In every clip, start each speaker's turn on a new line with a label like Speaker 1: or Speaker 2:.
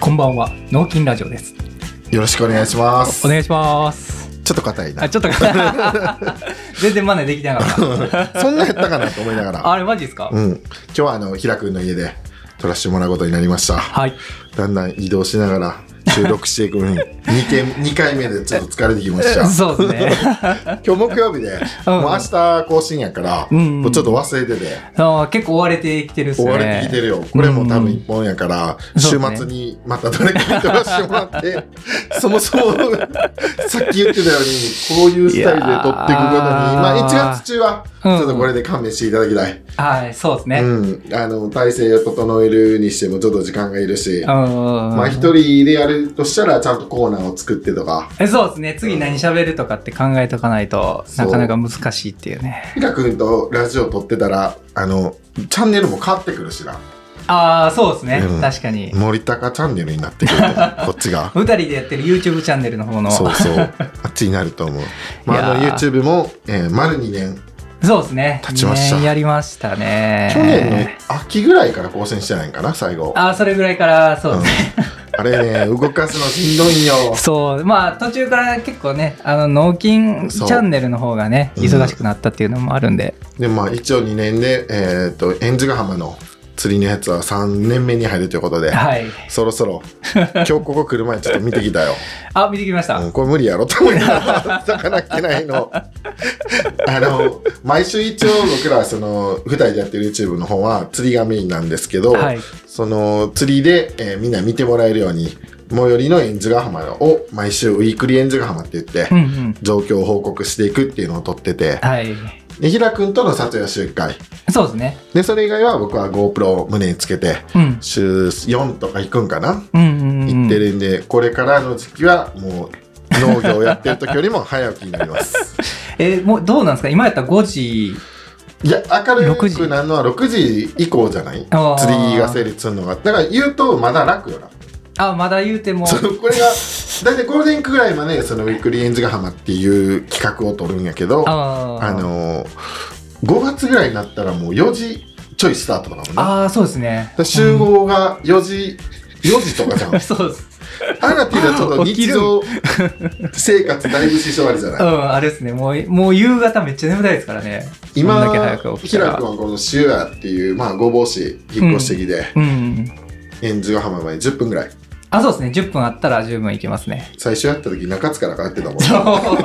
Speaker 1: こんばんは、脳筋ラジオです。
Speaker 2: よろしくお願いします。
Speaker 1: お願いします。
Speaker 2: ちょっと硬いな
Speaker 1: あ、。ちょっと 全然真似できてなか っ
Speaker 2: そんなやったかなと思いなが
Speaker 1: た。
Speaker 2: ら。
Speaker 1: あれマジですか？
Speaker 2: うん。今日はあの、ひらくんの家で撮らせてもらうことになりました。
Speaker 1: はい。
Speaker 2: だんだん移動しながら収録していくのに、2, 件二回目でちょっと疲れてきました。
Speaker 1: そうですね。
Speaker 2: 今日木曜日で、
Speaker 1: うん
Speaker 2: もう明日更新やから、
Speaker 1: うん
Speaker 2: もうちょっと忘れてて、
Speaker 1: あー結構追われてきてるっす
Speaker 2: 追
Speaker 1: ね。
Speaker 2: われてきてるよ。これも多分一本やから、
Speaker 1: うん
Speaker 2: 週
Speaker 1: そうね
Speaker 2: 末にまたどれかに撮らせてもらって、そもそもさっき言ってたように、こういうスタイルで撮っていくことに、
Speaker 1: いやー
Speaker 2: まあ1月中は、ち
Speaker 1: うん
Speaker 2: ょっとこれで勘弁していただきたい。
Speaker 1: はい、そうですね。
Speaker 2: うん。あの、体制を整えるにしてもちょっと時間がいるし、
Speaker 1: うんうんうん。
Speaker 2: まあ一人でやるとしたらちゃんとコーナーを作ってとか、
Speaker 1: えそうですね。次何喋るとかって考えとかないと
Speaker 2: そ
Speaker 1: な
Speaker 2: う
Speaker 1: かなか難しいっていうね。
Speaker 2: ひらくんとラジオ撮ってたら、あの、チャンネルも変わってくるしな。
Speaker 1: ああ、そうですね。
Speaker 2: うん
Speaker 1: 確かに。
Speaker 2: 森高チャンネルになってくると思うこっちが。
Speaker 1: 二人でやってる YouTube チャンネルの方の。
Speaker 2: そうそう。あっちになると思う。まあ、あの
Speaker 1: いやー
Speaker 2: YouTube も、えー丸2年、
Speaker 1: そうですね。
Speaker 2: 立ちました
Speaker 1: 二年やりましたね。
Speaker 2: 去年の秋ぐらいから更新してないんかな、最後。
Speaker 1: ああ、それぐらいから、そうですね。
Speaker 2: あれね、動かすのしんどいんよ。
Speaker 1: そうまあ途中から結構ねあの納金チ
Speaker 2: そう
Speaker 1: ャンネルの方がね
Speaker 2: うん
Speaker 1: 忙しくなったっていうのもあるんで、
Speaker 2: でもまあ、一応2年で、えっ、と、円珠ヶ浜の釣りのやつは3年目に入るということで、
Speaker 1: はい
Speaker 2: そろそろ、今日ここ来る前にちょっと見てきたよ。
Speaker 1: あ見てきました、
Speaker 2: うんこれ無理やろと思いながら 魚来ないのあの毎週一応僕らその2人でやってる YouTube の方は釣りがメインなんですけど、
Speaker 1: はい
Speaker 2: その釣りで、えーみんな見てもらえるように最寄りの円珠ヶ浜を毎週ウィークリー円珠ヶ浜って言って、
Speaker 1: うんうん
Speaker 2: 状況を報告していくっていうのを撮ってて
Speaker 1: はい
Speaker 2: で平くんとの撮影は週1回
Speaker 1: そうですね
Speaker 2: でそれ以外は僕は GoPro を胸につけて
Speaker 1: うん
Speaker 2: 週4とか行くんかな
Speaker 1: うんうん、うん、
Speaker 2: 行ってるんで、これからの時期はもう農業をやってる時よりも早起きになります
Speaker 1: えーもうどうなんですか今やったら5時
Speaker 2: いや明る
Speaker 1: 6時
Speaker 2: くなるのは6時以降じゃない
Speaker 1: あー
Speaker 2: 釣りが成立するのがだから言うとまだ楽よな
Speaker 1: あまだ言うても
Speaker 2: そのこれが大体ゴールデンウィークぐらいまでそのウィークリーエンズガ浜っていう企画を取るんやけどあ
Speaker 1: あー
Speaker 2: の5月ぐらいになったらもう4時ちょいスタートだもんねだか
Speaker 1: あーそうですね
Speaker 2: ら集合が4時、4時とかじ ゃん
Speaker 1: そうです
Speaker 2: アナティーちょっと日常生活だいぶ支障あるじゃない
Speaker 1: うんあれですねもうもう夕方めっちゃ眠たいですからねこんだ
Speaker 2: 今
Speaker 1: け早く起き
Speaker 2: ひ
Speaker 1: た
Speaker 2: ら
Speaker 1: ら
Speaker 2: くんはこの塩屋っていうまあごぼう市引っ越してきて、
Speaker 1: うん
Speaker 2: 円珠ヶ浜まで10分ぐらい
Speaker 1: あそうですね10分あったら十分いけます ね
Speaker 2: 最初やった時中津から帰ってたもん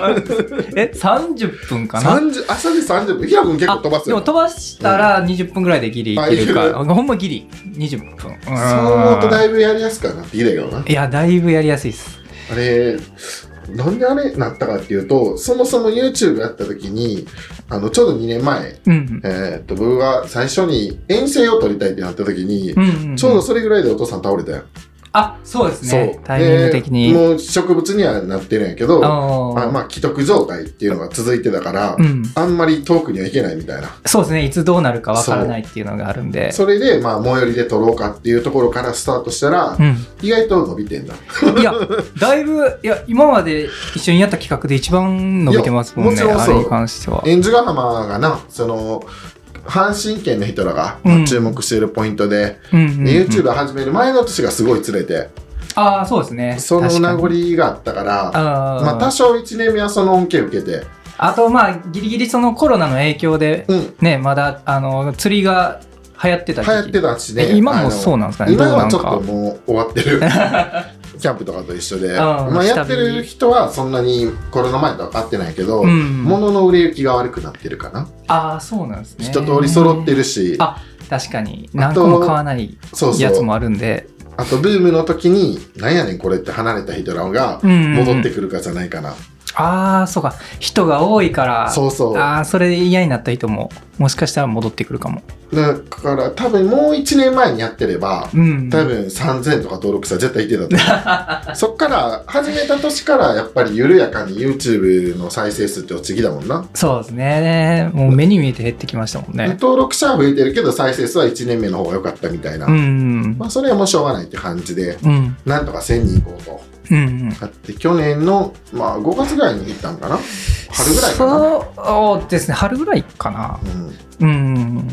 Speaker 1: え30分かな
Speaker 2: 30朝で30分ひらくん結構飛ばす
Speaker 1: で
Speaker 2: よ
Speaker 1: も飛ばしたら20分ぐらいでギリいけるか、
Speaker 2: あ
Speaker 1: ほんまギリ20分うん
Speaker 2: そう思うとだいぶやりやすくはなってきたけどない
Speaker 1: やだいぶやりやすいっす
Speaker 2: あれなんであれなったかっていうとそもそも YouTube やった時にあのちょうど2年前
Speaker 1: うん
Speaker 2: えーっと僕が最初に遠征を撮りたいってなった時に、
Speaker 1: うんうん、うん、
Speaker 2: ちょうどそれぐらいでお父さん倒れたよ、
Speaker 1: あそうですね
Speaker 2: そう
Speaker 1: タイミング的
Speaker 2: で
Speaker 1: に
Speaker 2: もう植物にはなってるんやけど
Speaker 1: あ
Speaker 2: あまあ既得状態っていうのが続いてたから、
Speaker 1: うん
Speaker 2: あんまり遠くには行けないみたいな
Speaker 1: そうですねいつどうなるかわからないっていうのがあるんで
Speaker 2: それでまあ最寄りで撮ろうかっていうところからスタートしたら、
Speaker 1: うん、
Speaker 2: 意外と伸びてんだ
Speaker 1: いやだいぶいや今まで一緒にやった企画で一番伸びてますもん
Speaker 2: い
Speaker 1: ね
Speaker 2: やもちろん
Speaker 1: あ
Speaker 2: そう
Speaker 1: れに関しては
Speaker 2: 円珠ヶ浜がなその阪神圏の人らが
Speaker 1: うん
Speaker 2: 注目しているポイントで、
Speaker 1: うんうんうん、
Speaker 2: YouTube を始める前の年がすごい釣れて、
Speaker 1: ああそうですね
Speaker 2: その名残
Speaker 1: 確かに
Speaker 2: があったから
Speaker 1: あー、
Speaker 2: まあ、多少1年目はその恩恵を受けて、
Speaker 1: あとまあギリギリそのコロナの影響で
Speaker 2: うん、
Speaker 1: ねまだあの釣りが流行ってた
Speaker 2: 流
Speaker 1: 時期
Speaker 2: 行ってたし
Speaker 1: え
Speaker 2: ね
Speaker 1: 今も
Speaker 2: あの
Speaker 1: そうなんですかね
Speaker 2: 今はち
Speaker 1: ど
Speaker 2: ょ
Speaker 1: う
Speaker 2: っ
Speaker 1: なんか
Speaker 2: ともう終わって るキャンプとかと一緒で、
Speaker 1: あー
Speaker 2: まあ、やってる人はそんなにコロナ前とは合ってないけど、
Speaker 1: うん
Speaker 2: 物の売れ行きが悪くなってるかな、
Speaker 1: ああそうなんですね
Speaker 2: 一通り揃ってるし
Speaker 1: あ確かに
Speaker 2: あ
Speaker 1: 何
Speaker 2: と
Speaker 1: 個も買わない
Speaker 2: そうそ
Speaker 1: やつ
Speaker 2: う
Speaker 1: もあるんで
Speaker 2: あとブームの時になんやねんこれって離れた人らが
Speaker 1: うんうんうん
Speaker 2: 戻ってくるかじゃないかな、
Speaker 1: ああそうか人が多いから
Speaker 2: そうそう
Speaker 1: ああそれで嫌になった人ももしかしたら戻ってくるかも
Speaker 2: だから多分もう1年前にやってれば
Speaker 1: うん
Speaker 2: 多分3000とか登録者絶対いてた と思うそっから始めた年からやっぱり緩やかに YouTube の再生数って落ちてきだもんな
Speaker 1: そうですねもう目に見えて減ってきましたもんね
Speaker 2: 登録者は増えてるけど再生数は1年目の方が良かったみたいな、
Speaker 1: うん
Speaker 2: まあ、それはもうしょうがないって感じで
Speaker 1: うん
Speaker 2: なんとか1000人行こうと
Speaker 1: うんうん
Speaker 2: だって去年の、まあ、5月ぐらいに行ったんかな春ぐらいかな
Speaker 1: そうですね春ぐらいかな
Speaker 2: うん
Speaker 1: うん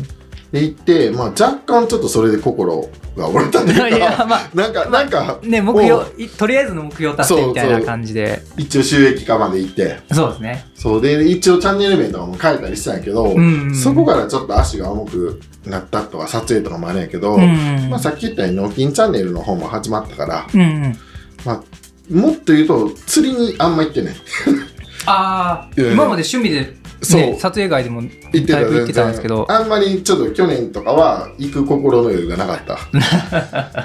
Speaker 2: で行って、まあ、若干ちょっとそれで心が折れた というか
Speaker 1: いやまあ
Speaker 2: なんかなんか
Speaker 1: ね目標いとりあえずの目標達成みたいな感じで
Speaker 2: 一応収益化まで行って
Speaker 1: そうですね
Speaker 2: そうで一応チャンネル名とかも書いたりしてたんやけど、
Speaker 1: うんうん
Speaker 2: そこからちょっと足が重くなったとか撮影とかもあるんやけど、
Speaker 1: うん
Speaker 2: まあ、さっき言ったように「納金チャンネル」の方も始まったから、
Speaker 1: うんうん
Speaker 2: まあ、もっと言うと釣りにあんま行ってない
Speaker 1: ああ
Speaker 2: いやいや
Speaker 1: 今まで趣味で
Speaker 2: そう
Speaker 1: ね撮影外でも
Speaker 2: 行って
Speaker 1: だ
Speaker 2: た
Speaker 1: いぶ行
Speaker 2: 全
Speaker 1: ってたん
Speaker 2: 然
Speaker 1: ですけど
Speaker 2: あんまりちょっと去年とかは行く心の余裕がなかった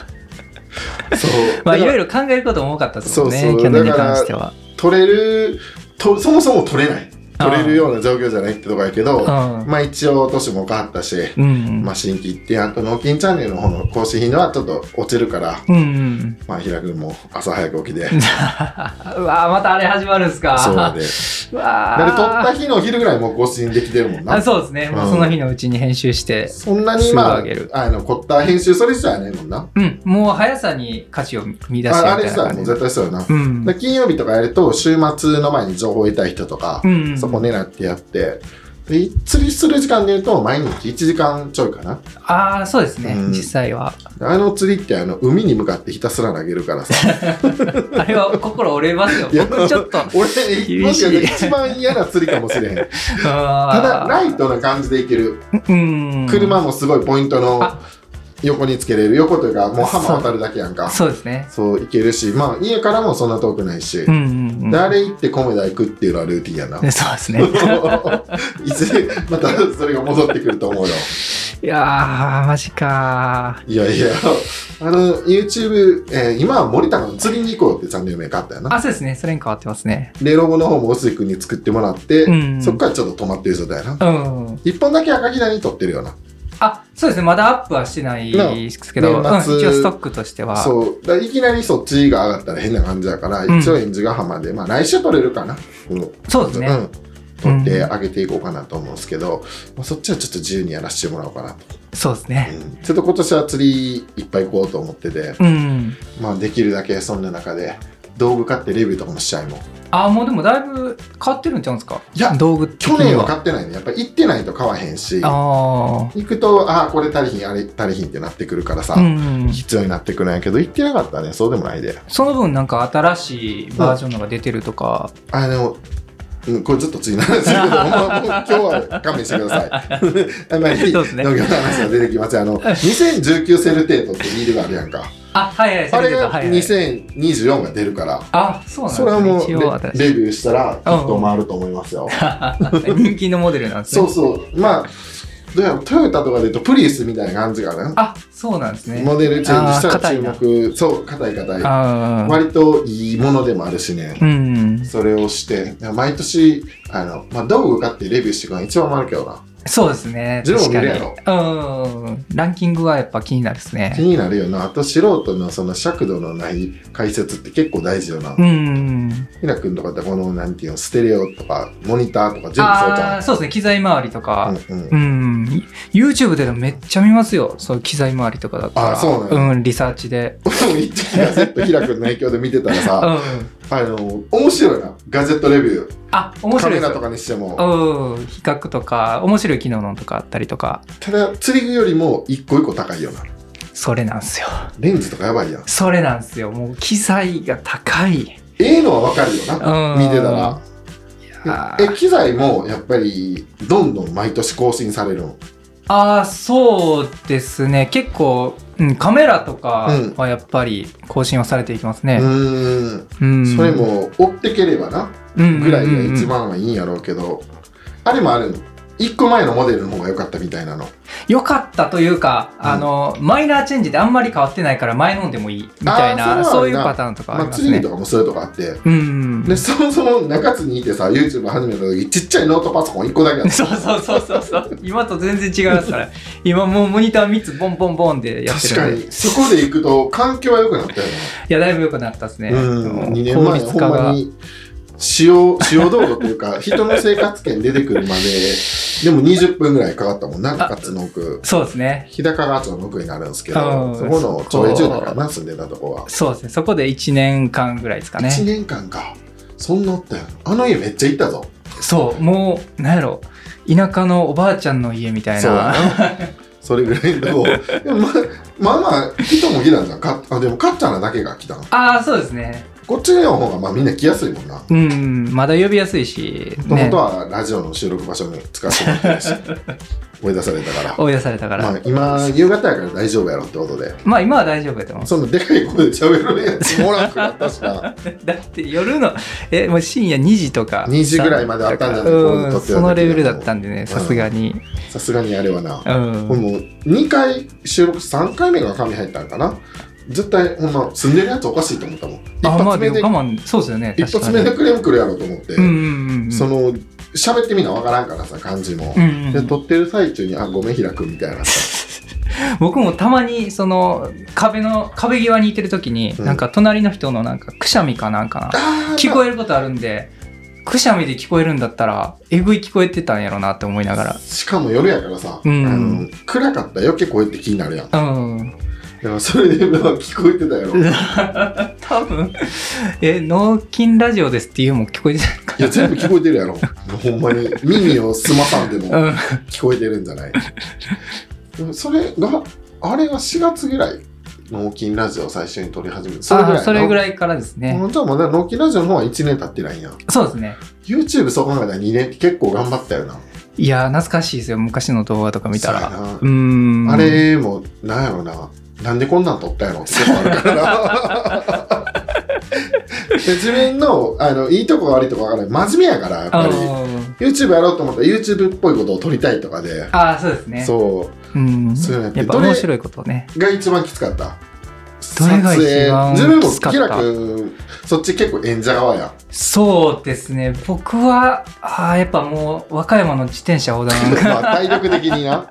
Speaker 2: そう
Speaker 1: まあいろい
Speaker 2: ろ
Speaker 1: ろ考えることも多かったですもんね
Speaker 2: そうそう
Speaker 1: 去年に関しては
Speaker 2: 取れるとそもそも取れない取れるような状況じゃないってとこやけど
Speaker 1: うん
Speaker 2: まあ一応年も変わったし、
Speaker 1: うん
Speaker 2: まあ新規行ってあと納金チャンネルの方の更新頻度はちょっと落ちるから
Speaker 1: うんうん
Speaker 2: まあ平君も朝早く 起き
Speaker 1: う
Speaker 2: て
Speaker 1: わーまたあれ始まるんすか
Speaker 2: そうで
Speaker 1: うわ
Speaker 2: だって取
Speaker 1: ー
Speaker 2: った日の昼ぐらいもう更新できてるもんな
Speaker 1: あそうですね、もううんその日のうちに編集して
Speaker 2: そんなにまあ
Speaker 1: すぐ上げる
Speaker 2: あの凝った編集それすらねえもんな
Speaker 1: うんもう速さに価値を見出してみ
Speaker 2: ああ
Speaker 1: たいな
Speaker 2: れすら
Speaker 1: 感
Speaker 2: もう
Speaker 1: じ
Speaker 2: 絶対そうよな、
Speaker 1: うん
Speaker 2: で金曜日とかやると週末の前に情報を得たい人とか、
Speaker 1: うん
Speaker 2: そこ狙ってやってで釣りする時間で言うと毎日1時間ちょいかな
Speaker 1: ああそうですね、
Speaker 2: うん
Speaker 1: 実際は
Speaker 2: あの釣りってあの海に向かってひたすら投げるから さ
Speaker 1: あれは心折れますよ
Speaker 2: いや
Speaker 1: 僕ちょっと
Speaker 2: 俺
Speaker 1: しい
Speaker 2: もしかしたら一番嫌な釣りかもしれへんた
Speaker 1: た
Speaker 2: だライトな感じでいける
Speaker 1: うん
Speaker 2: 車もすごいポイントの
Speaker 1: あ
Speaker 2: 横につけれる横というかもう浜渡るだけやんか
Speaker 1: そうですね
Speaker 2: そういけるしまあ家からもそんな遠くないし、
Speaker 1: うんうんうん
Speaker 2: であれ行って米田行くっていうのはルーティンや な
Speaker 1: ねそうですね。
Speaker 2: いずれまたそれが戻ってくると思うよ。
Speaker 1: いやー、マジか
Speaker 2: いやいや、あの、YouTube、えー今は森田の釣りに行こうってチャンネル名があったよ
Speaker 1: ー。
Speaker 2: な。
Speaker 1: あ、そうですね。それに変わってますね。
Speaker 2: で、ロゴの方も臼井君に作ってもらって、
Speaker 1: うん
Speaker 2: そこからちょっと止まってる状態やな。
Speaker 1: うん。
Speaker 2: 一本だけ赤ひだに撮ってるような。
Speaker 1: あ、そうですね。まだアップはしてないですけど、うん、一
Speaker 2: な
Speaker 1: 応
Speaker 2: 年末
Speaker 1: ストックとしては。う。
Speaker 2: そう。だからいきなりそっちが上がったら変な感じだから、
Speaker 1: うん
Speaker 2: 一応演じが浜で、まあ来週撮れるかな。うん
Speaker 1: そうですね。
Speaker 2: うん。撮って上げていこうかなと思うんですけど、まあ、そっちはちょっと自由にやらせてもらおうかなと。
Speaker 1: そうです
Speaker 2: う
Speaker 1: ね。
Speaker 2: ん、ちょっと今年は釣りいっぱい行こうと思ってて、
Speaker 1: うん。
Speaker 2: まあ、できるだけそんな中で道具買ってレビューとかもしちゃいもん
Speaker 1: あ、もうでもだいぶ変わってるんちゃうんですか
Speaker 2: いや
Speaker 1: 道具的に
Speaker 2: 去年は買ってないねやっぱ行ってないと買わへんし行
Speaker 1: あ
Speaker 2: くとああこれ足りひんあれ足りひんってなってくるからさ、
Speaker 1: あ。うん。
Speaker 2: 必要になってくるんやけど行ってなかったねそうでもないで
Speaker 1: その分なんか新しいバージョンのが出てるとか、
Speaker 2: あのうん、これちょっと次なんですけど、もうもう今日は勘弁してくだ さい。あんまり
Speaker 1: そうですね
Speaker 2: 農業の話が出てきません。あの、2019セルテートってリールがあるやんか。
Speaker 1: あはいはい
Speaker 2: あれ
Speaker 1: と
Speaker 2: が
Speaker 1: はいはい
Speaker 2: 2024が出るから、
Speaker 1: あそうなん
Speaker 2: それは
Speaker 1: で
Speaker 2: も
Speaker 1: す
Speaker 2: う
Speaker 1: ね一
Speaker 2: レ
Speaker 1: 応新しい
Speaker 2: レビューしたらきっと回ると思いますよ。
Speaker 1: 人気のモデルなんですね
Speaker 2: そうそう。まあ、どうやろトヨタとかで言うとプリウスみたいな感じかな。
Speaker 1: あそうなんですね
Speaker 2: モデルチェンジした
Speaker 1: あー硬
Speaker 2: ら
Speaker 1: い
Speaker 2: 注
Speaker 1: な
Speaker 2: 目。そう、硬い硬い。
Speaker 1: ああ
Speaker 2: 割といいものでもあるしね。
Speaker 1: うん
Speaker 2: それをして、毎年、あの、まあ、道具買ってレビューしてくのが一番回るけどな。
Speaker 1: そうですね。
Speaker 2: ジロー
Speaker 1: 確
Speaker 2: 見
Speaker 1: か
Speaker 2: る
Speaker 1: に
Speaker 2: やろ
Speaker 1: うん。ランキングはやっぱ気になるです
Speaker 2: 気
Speaker 1: ね。
Speaker 2: になるよな。あと素人のその尺度のない解説って結構大事よな
Speaker 1: う。ん。
Speaker 2: ひなくんとかってこの、なんていうの、ステレオとか、モニターとか全部そうじ
Speaker 1: あ
Speaker 2: ゃ
Speaker 1: あ、そうですね。機材周りとか。
Speaker 2: ん。うんう
Speaker 1: う。
Speaker 2: ん
Speaker 1: ん。YouTube ででもめっちゃ見ますよ。そういう機材周りとかだったら。
Speaker 2: あそうなんや
Speaker 1: ん。リサーチで。
Speaker 2: 一時ガジェットひらくんの影響で見てたら
Speaker 1: う
Speaker 2: さ、
Speaker 1: ん。
Speaker 2: あの、面白いな。ガジェットレビュー。
Speaker 1: あ、面
Speaker 2: カ
Speaker 1: 白い
Speaker 2: メ
Speaker 1: です
Speaker 2: ラと
Speaker 1: よ。
Speaker 2: かにしても。
Speaker 1: うん。比較とか、面白い機能のとかあったりとか。
Speaker 2: ただ釣り具よりも一個一個高いよな
Speaker 1: それなんすよ。
Speaker 2: レンズとかやばいやん
Speaker 1: それなんすよ。もう機材が高い。
Speaker 2: ええのはわかるよな
Speaker 1: うん
Speaker 2: 見てたら
Speaker 1: や
Speaker 2: え機材もやっぱりどんどん毎年更新されるの
Speaker 1: ああそうですね結構、うん、カメラとかはやっぱり更新はされていきます
Speaker 2: う
Speaker 1: ね、
Speaker 2: ーん
Speaker 1: うん
Speaker 2: それも追ってければなぐ
Speaker 1: ぐ
Speaker 2: らいが一番はいいんやろうけどあれもあるの一個前のモデルの方が良かったみたいなの
Speaker 1: 良かったというか、
Speaker 2: うん
Speaker 1: あのマイナーチェンジであんまり変わってないから前飲んでもいいみたい
Speaker 2: あ
Speaker 1: な
Speaker 2: ー
Speaker 1: そ
Speaker 2: そうう
Speaker 1: い
Speaker 2: や
Speaker 1: う
Speaker 2: な
Speaker 1: パターンとかあ
Speaker 2: ま
Speaker 1: り
Speaker 2: あ
Speaker 1: ます
Speaker 2: 釣り
Speaker 1: ね
Speaker 2: と。かもそういうとこあって
Speaker 1: うん、
Speaker 2: でそもそも中津にいてさ YouTube 始めた時ちっちゃいノートパソコン一個だけだ った
Speaker 1: そうそうそうそうそう 今と全然違います から今もうモニター3つボンボンボンでやってる
Speaker 2: 確か
Speaker 1: んで
Speaker 2: にそこで行くと環境は良くなったよな
Speaker 1: にいやだいぶ良くなったですね、
Speaker 2: うん、2
Speaker 1: で
Speaker 2: 年
Speaker 1: も
Speaker 2: 前ほんまに使用 使用道路というか人の生活圏出てくるまででも20分ぐらいかかったもんな中津の奥
Speaker 1: そうですね
Speaker 2: 日高川町の奥になるんですけ
Speaker 1: う
Speaker 2: ど
Speaker 1: ん
Speaker 2: そこの町営住宅かな住んでたとこは、
Speaker 1: そうですねそこで1年間ぐらいですかね
Speaker 2: 1年間かそんなおったよあの家めっちゃ行ったぞ
Speaker 1: そうもうなんやろ田舎のおばあちゃんの家みたい
Speaker 2: そうや
Speaker 1: な
Speaker 2: なそれぐらい のとこでもままあまあ人も来たんじゃんかあでもかっちゃんらだけが来たの
Speaker 1: ああ、そうですね。
Speaker 2: こっちの方がまあみんな来やすいもんなも
Speaker 1: うん、まだ呼びやすいし、
Speaker 2: とも
Speaker 1: ね
Speaker 2: と、はラジオの収録場所に使わせてもらって るし追い出されたから
Speaker 1: 追い出されたから。
Speaker 2: まあ、今夕方やから大丈夫やろってことで
Speaker 1: まあ今は大丈夫やと思う。
Speaker 2: そのでかい声で喋るやつもおらんくなったしな
Speaker 1: だって夜の、え、もう深夜2時とか。
Speaker 2: 2時ぐらいまであったんじゃない
Speaker 1: うん
Speaker 2: こういう時
Speaker 1: そ
Speaker 2: は
Speaker 1: のレベルだったんでね、さすがに。
Speaker 2: さすがにあれはな
Speaker 1: うん。
Speaker 2: もう2回収録3回目が神入ったんかな絶対ほんま住んでるやつおかしいと思ったもん一
Speaker 1: あ、まあ
Speaker 2: 発
Speaker 1: で
Speaker 2: 目
Speaker 1: も
Speaker 2: で、
Speaker 1: 我慢、そうですよね。
Speaker 2: 一
Speaker 1: 確か
Speaker 2: 発
Speaker 1: に
Speaker 2: 目でクレームくるやろと思って、
Speaker 1: うんうんうんうん。
Speaker 2: その喋ってみなわからんからさ感じも、
Speaker 1: うんう
Speaker 2: で
Speaker 1: ん、
Speaker 2: 撮ってる最中に「あごめん平君」みたいなさ
Speaker 1: 僕もたまにその壁の壁際にいてる時に、
Speaker 2: うん
Speaker 1: なんか隣の人のなんかくしゃみかなんかな聞こえることあるんでくしゃみで聞こえるんだったらえぐい聞こえてたんやろなって思いなが
Speaker 2: しかも夜やからさ、
Speaker 1: うん
Speaker 2: あの暗かったら余計声って気になるやんだ
Speaker 1: らうん
Speaker 2: からそれでまあ聞こえてたや ろい
Speaker 1: 多分え脳筋ラジオですっていうのも聞こえてないか
Speaker 2: や全部聞こえてるやろほんまに耳を澄まさんでも
Speaker 1: なうん
Speaker 2: 聞こえてるんじゃないでもそれがあれが4月ぐらい脳筋ラジオを最初に撮り始めてそれぐら
Speaker 1: あ
Speaker 2: い
Speaker 1: それぐ
Speaker 2: い
Speaker 1: らいからですね、
Speaker 2: じゃあまだ脳筋ラジオの方は1年経ってないんや
Speaker 1: そうですね
Speaker 2: YouTube そう考えたら2年結構頑張ったよない
Speaker 1: や懐かしいですよ昔の動画とか見た
Speaker 2: そうや
Speaker 1: ら
Speaker 2: な
Speaker 1: うーん
Speaker 2: あれもなんやろななんでこんなん撮ったんやろって結構あるから なで自分のあのいいとこ悪いとこ分からない真面目やからやっぱり
Speaker 1: うん
Speaker 2: YouTube やろうと思ったら YouTube っぽいことを撮りたいとかで、
Speaker 1: あーそうですね,、
Speaker 2: そう
Speaker 1: ん、
Speaker 2: そうや
Speaker 1: や
Speaker 2: って
Speaker 1: っぱ
Speaker 2: どれ
Speaker 1: 面白いことをね
Speaker 2: うが一番きつかった
Speaker 1: どれが一番
Speaker 2: 撮影
Speaker 1: きつかった
Speaker 2: 自分もキラ君そっち結構演者側や
Speaker 1: そうですね僕はあーやっぱもう和歌山の自転車横断い
Speaker 2: まあ体力的にな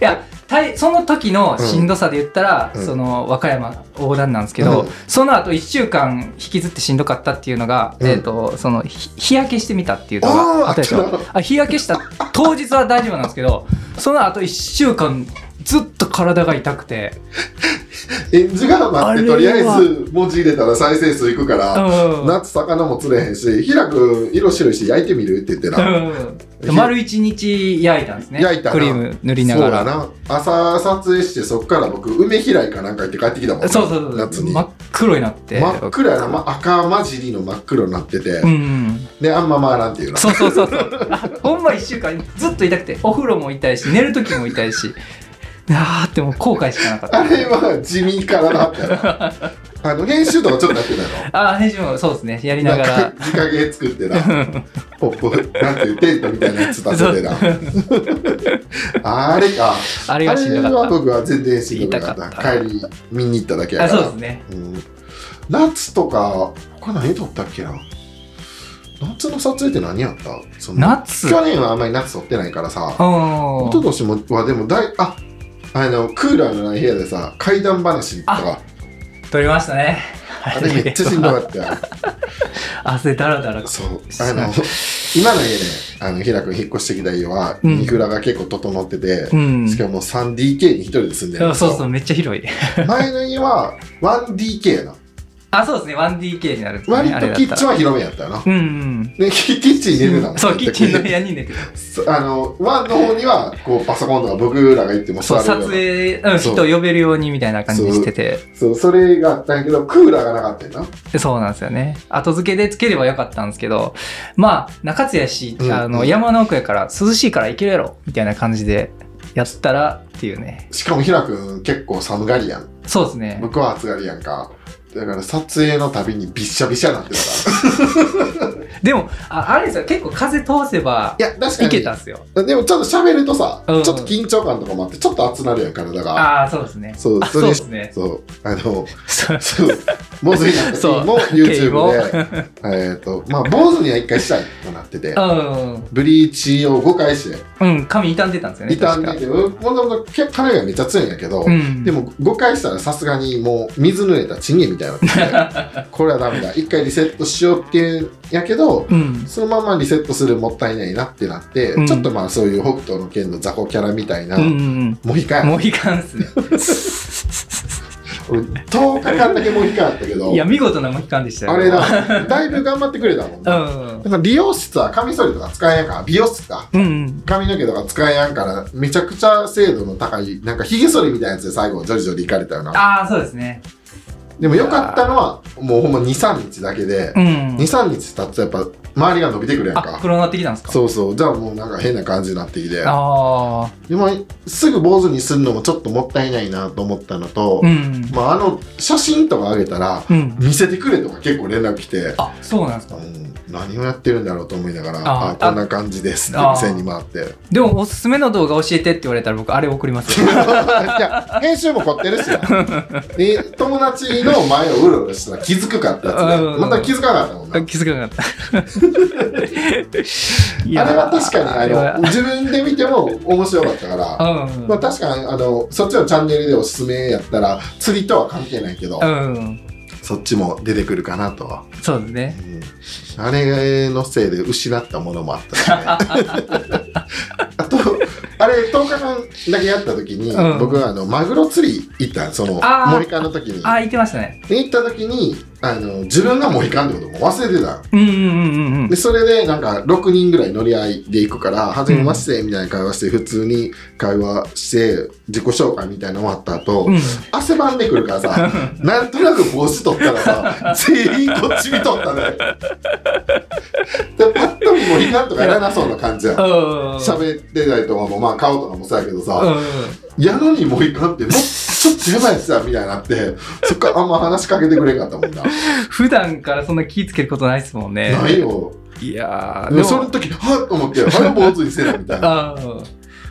Speaker 1: やたいその時のしんどさで言ったら、
Speaker 2: うん
Speaker 1: その和歌山横断なんですけど、
Speaker 2: うん
Speaker 1: その後1週間引きずってしんどかったっていうのが、
Speaker 2: うん
Speaker 1: えー、とそのひ日焼けしてみたっていうのがあったでし
Speaker 2: あーあ
Speaker 1: ょ
Speaker 2: っ
Speaker 1: あ日焼けした当日は大丈夫なんですけどその後1週間ずっと体が痛くて、
Speaker 2: 演者側待って
Speaker 1: あ
Speaker 2: とり
Speaker 1: れ
Speaker 2: あえ
Speaker 1: は
Speaker 2: ず文字入れたら再生数いくか
Speaker 1: う
Speaker 2: ら、
Speaker 1: ん
Speaker 2: 夏魚も釣れへんし平君色白いし焼いてみるって言ってな、
Speaker 1: うん、丸1日焼いたんですね
Speaker 2: 焼いたな
Speaker 1: クリーム塗りながら
Speaker 2: そうやな朝撮影してそっから僕梅平井かなんか行って帰ってきたもんな
Speaker 1: そうそうそう
Speaker 2: 夏に
Speaker 1: 真っ黒になって
Speaker 2: 真っ暗やな、ま、赤混じりの真っ黒になってて、
Speaker 1: うんうん
Speaker 2: であんま回らんっていうな
Speaker 1: そうそうそうそうあほんま1週間ずっと痛くてお風呂も痛いし寝る時も痛いしあーってもう後悔しかなかった
Speaker 2: あれは地味からだったよなあの編集とかちょっとやってたの
Speaker 1: あー編集もそうですねやりなが
Speaker 2: な
Speaker 1: ら
Speaker 2: んか地影作ってなポップなんていうテントみたいなやつ立ててなあれか
Speaker 1: あ
Speaker 2: あ
Speaker 1: れがしんどか
Speaker 2: は
Speaker 1: っ
Speaker 2: 僕は全然しんどかった
Speaker 1: 痛かった
Speaker 2: 帰り見に行っただけ
Speaker 1: たあ
Speaker 2: やか
Speaker 1: そう
Speaker 2: ら
Speaker 1: ですね
Speaker 2: うん夏とか他何撮ったっけな夏の撮影って何やったその
Speaker 1: 夏
Speaker 2: 去年はあんまり夏撮ってないからさ
Speaker 1: お
Speaker 2: 一昨年もはでもだいああのクーラーのない部屋でさ怪談話とか
Speaker 1: 撮りましたね
Speaker 2: あれめっちゃしんどかったよ
Speaker 1: 汗だらだら
Speaker 2: そうあの今の家ねあの平君引っ越してきた家は
Speaker 1: うん
Speaker 2: インフラが結構整ってて、
Speaker 1: うん
Speaker 2: しかも 3DK に一人で住んでるん
Speaker 1: そう
Speaker 2: ですよ
Speaker 1: そうめっちゃ広い
Speaker 2: 前の家は 1DK やな
Speaker 1: あそうですね 1DK になるんですね
Speaker 2: 割
Speaker 1: あ
Speaker 2: と
Speaker 1: れだ
Speaker 2: キ
Speaker 1: ったら
Speaker 2: ッチンは広めやったよな
Speaker 1: うんうん
Speaker 2: でキキッチンに寝てたも ん
Speaker 1: そう、キッチンの部屋に寝てた。
Speaker 2: そうあの、ワンの方には、こう、パソコンとか僕らが行っても座
Speaker 1: そう、
Speaker 2: れるよ
Speaker 1: 撮
Speaker 2: う
Speaker 1: 影、
Speaker 2: な
Speaker 1: うん、
Speaker 2: そう
Speaker 1: 人を呼べるようにみたいな感じにしてて。
Speaker 2: そう、それがあったんやけど、クーラーがなかったよな。
Speaker 1: でそうなんですよね。後付けでつければよかったんですけど、まあ、中津やし、
Speaker 2: うん
Speaker 1: あ
Speaker 2: う
Speaker 1: の、
Speaker 2: ん
Speaker 1: 山の奥やから涼しいから行けるやろ、みたいな感じでやったらっていうね。
Speaker 2: しかも、ひらくん結構寒がりやん。
Speaker 1: そうですね。
Speaker 2: 僕は暑がりやんか。だから、撮影のたびにびっしゃびしゃなってたか
Speaker 1: でも、ああれですよ、結構風通せば
Speaker 2: ら。いや、確か
Speaker 1: 行
Speaker 2: に。
Speaker 1: けたんですよ。
Speaker 2: でも、ちょっと喋るとさ、
Speaker 1: うん
Speaker 2: ちょっと緊張感とかもあって、ちょっと熱なるやん、体が。
Speaker 1: ああー、そうですね。
Speaker 2: そう、
Speaker 1: あ
Speaker 2: そ
Speaker 1: そう
Speaker 2: れ
Speaker 1: で
Speaker 2: に
Speaker 1: すね。
Speaker 2: そう、あの、
Speaker 1: そう
Speaker 2: そう、坊主になった時
Speaker 1: そう
Speaker 2: も YouTube
Speaker 1: も
Speaker 2: で、 えっと、まあ、坊主には一回したいとなってて
Speaker 1: う、ん、
Speaker 2: ブリーチを5回して、
Speaker 1: うん、髪傷んでたんですよね、
Speaker 2: 傷
Speaker 1: 確
Speaker 2: ん
Speaker 1: か
Speaker 2: で。て、もともとけ彼がめっちゃ強いんやけど、
Speaker 1: うん、
Speaker 2: でも5回したらさすがにもう水濡れたチンゲみたいになって てこれはダメだ1回リセットしようっていうんやけど
Speaker 1: うん、
Speaker 2: そのままリセットするもったいないなってなって、
Speaker 1: うん
Speaker 2: ちょっとまあそういう北斗の剣の雑魚キャラみたいな、
Speaker 1: うん、うん、
Speaker 2: もう一回
Speaker 1: もういかんっすね。
Speaker 2: 俺10日間だけモヒカンやったけど
Speaker 1: いや、見事なモヒカンでしたよ。
Speaker 2: あれ。だだいぶ頑張ってくれたもん
Speaker 1: う
Speaker 2: な、
Speaker 1: ん。
Speaker 2: だから美容室はカミソリとか使えやんから美容室か
Speaker 1: うんうん。
Speaker 2: 髪の毛とか使えやんからめちゃくちゃ精度の高いなんかひげ剃りみたいなやつで最後ジョリジョリいかれたよな
Speaker 1: ああ、そうですね。
Speaker 2: でも良かったのはもうほんま23日だけで、
Speaker 1: うん。
Speaker 2: 23日経つとやっぱ周りが伸びてくるやん
Speaker 1: あ、
Speaker 2: か
Speaker 1: 黒なってきたんですか
Speaker 2: そうそうじゃあもうなんか変な感じになってきて
Speaker 1: ああ。
Speaker 2: でもすぐ坊主にするのもちょっともったいないなと思ったのと、
Speaker 1: うん。
Speaker 2: まあ、あの写真とか上げたら
Speaker 1: うん。
Speaker 2: 見せてくれとか結構連絡来て、
Speaker 1: あ、そうなんですか。
Speaker 2: うん、何をやってるんだろうと思いながら
Speaker 1: あ
Speaker 2: あこんな感じですって
Speaker 1: あ
Speaker 2: 店に回って
Speaker 1: でも、おすすめの動画教えてって言われたら僕、あれ送り ますよ。
Speaker 2: いや編集も凝ってるしなで友達の前をうろうろしたら気づくかってやつで、
Speaker 1: うん
Speaker 2: また気づかなかったもんな
Speaker 1: あ気づかなかった。いや
Speaker 2: あ
Speaker 1: ー
Speaker 2: れは確かにあ
Speaker 1: れは
Speaker 2: の自分で見ても面白かったから、
Speaker 1: うん。
Speaker 2: まあ、確かにあのそっちのチャンネルでおすすめやったら釣りとは関係ないけど、
Speaker 1: うん。
Speaker 2: そっちも出てくるかなとは、
Speaker 1: そうですね。
Speaker 2: うん、あれのせいで失ったものもあったしねあとあれ10日間だけやった時に、
Speaker 1: うん
Speaker 2: 僕はあのマグロ釣り行ったんその
Speaker 1: あー
Speaker 2: モヒカンの時に
Speaker 1: ああ、いてましたね。
Speaker 2: で行った時にあの自分がモヒカンってことも忘れてたん
Speaker 1: うんうんうんうんうん
Speaker 2: で。それでなんか6人ぐらい乗り合いで行くから初めましてみたいな会話して普通に会話して自己紹介みたいなのもあった後、
Speaker 1: うん、
Speaker 2: 汗ばんでくるからさなんとなく帽子取ったらさ全員こっち見とったねでパッと見もいいなとかやらなそうな感じやん
Speaker 1: うん
Speaker 2: 喋ってないとかもまあ顔とかもそうやけどさ、
Speaker 1: う
Speaker 2: やのにもういかんってもうちょっとやばいやつだみたいになってそっからあんま話しかけてくれんかったもんな、
Speaker 1: ん、普段からそんな気ぃつけることないですもんね。
Speaker 2: ないよ
Speaker 1: いやー
Speaker 2: でもその時はっと思ってあれ坊主にせなみたいな
Speaker 1: あー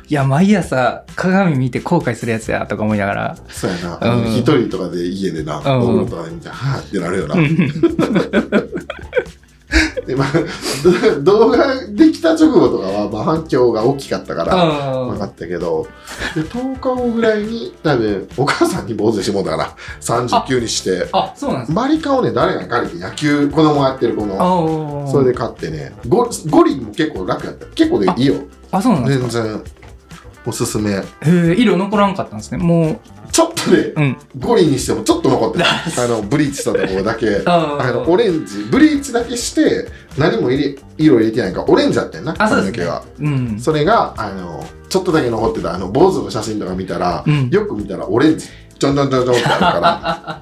Speaker 1: いや毎朝鏡見て後悔するやつやとか思いながら
Speaker 2: そうやなあ
Speaker 1: う
Speaker 2: の
Speaker 1: ん
Speaker 2: 一人とかで家でな
Speaker 1: うん
Speaker 2: お風呂とかで見てはーってなるよな、
Speaker 1: うん
Speaker 2: でまあ、ど動画できた直後とかは、まあ、反響が大きかったから分かったけどで10日後ぐらいに多分お母さんに坊主にしてもうたから39にして
Speaker 1: あそうなんです
Speaker 2: マリカをね誰が借りて野球子供やってる子の
Speaker 1: あ
Speaker 2: それ
Speaker 1: で
Speaker 2: で買ってねゴゴリも結構楽やった結構でいいよ
Speaker 1: あそうなんです
Speaker 2: 全然おすすめ
Speaker 1: へー色残らんかったんですねもう
Speaker 2: ちょっとね
Speaker 1: うん
Speaker 2: ゴリにしてもちょっと残 ってるあのブリーチしたところだけ
Speaker 1: あ
Speaker 2: あのオレンジブリーチだけして何も入れ色入れてないからオレンジだったよな
Speaker 1: あそうで
Speaker 2: 髪の
Speaker 1: す
Speaker 2: 毛
Speaker 1: ね
Speaker 2: が。
Speaker 1: うん
Speaker 2: それがあのちょっとだけ残ってたあの坊主の写真とか見たら、
Speaker 1: うん
Speaker 2: よく見たらオレンジちょんちょんちょんちょんってあるから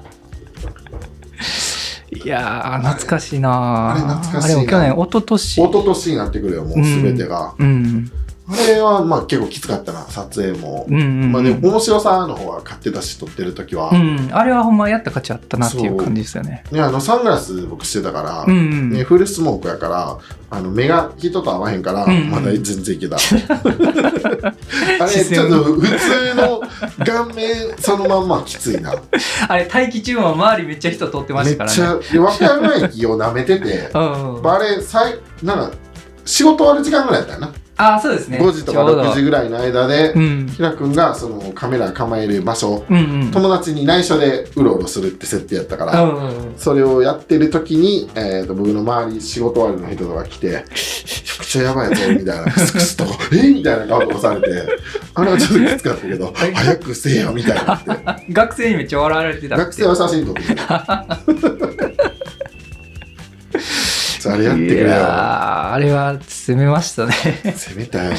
Speaker 1: いやー懐かしいなー
Speaker 2: あれ懐かしい
Speaker 1: あ
Speaker 2: な
Speaker 1: れも去年一昨年
Speaker 2: 一昨年になってくるよもう全てが、
Speaker 1: うん
Speaker 2: あれはまあ結構きつかったな撮影も、
Speaker 1: うんうん
Speaker 2: まあでも面白さの方は買ってたし撮ってる時は、
Speaker 1: うんあれはほんまやった価値あったなっていう感じですよね
Speaker 2: ねあのサングラス僕してたから、
Speaker 1: うんうん
Speaker 2: ね、フルスモークやからあの目が人と合わへんから、
Speaker 1: うん
Speaker 2: まだ全然い けたあれ
Speaker 1: 視
Speaker 2: ち
Speaker 1: 線
Speaker 2: ょっと普通の顔面そのまんまきつ いな
Speaker 1: あれ待機中も周りめっちゃ人通ってま
Speaker 2: め
Speaker 1: し
Speaker 2: っ
Speaker 1: か
Speaker 2: た
Speaker 1: ら
Speaker 2: ち
Speaker 1: ね
Speaker 2: ゃで和歌山駅を舐めてて
Speaker 1: うん
Speaker 2: あれ最なんか仕事終わる時間ぐらいだったよな、
Speaker 1: あそうですね
Speaker 2: 5時とか
Speaker 1: ちょうど
Speaker 2: 6時ぐらいの間で、
Speaker 1: うん
Speaker 2: ひらくんがそのカメラ構える場所
Speaker 1: うんうん
Speaker 2: 友達に内緒でうろうろするって設定やったから、
Speaker 1: うんうんうん
Speaker 2: それをやってる時に、えー、と僕の周り仕事終わりの人とか来て「めちゃくちゃやばいぞ」みたいなクスクスと 「えみたいな顔とかされてあれはちょっときつかったけど「早くせえよ」みたいになって
Speaker 1: 学生にめっちゃ笑われてたって
Speaker 2: 学生は写真撮ってる そうあれやってくれ
Speaker 1: い
Speaker 2: よ
Speaker 1: やーあれは攻めましたね
Speaker 2: 攻めたよ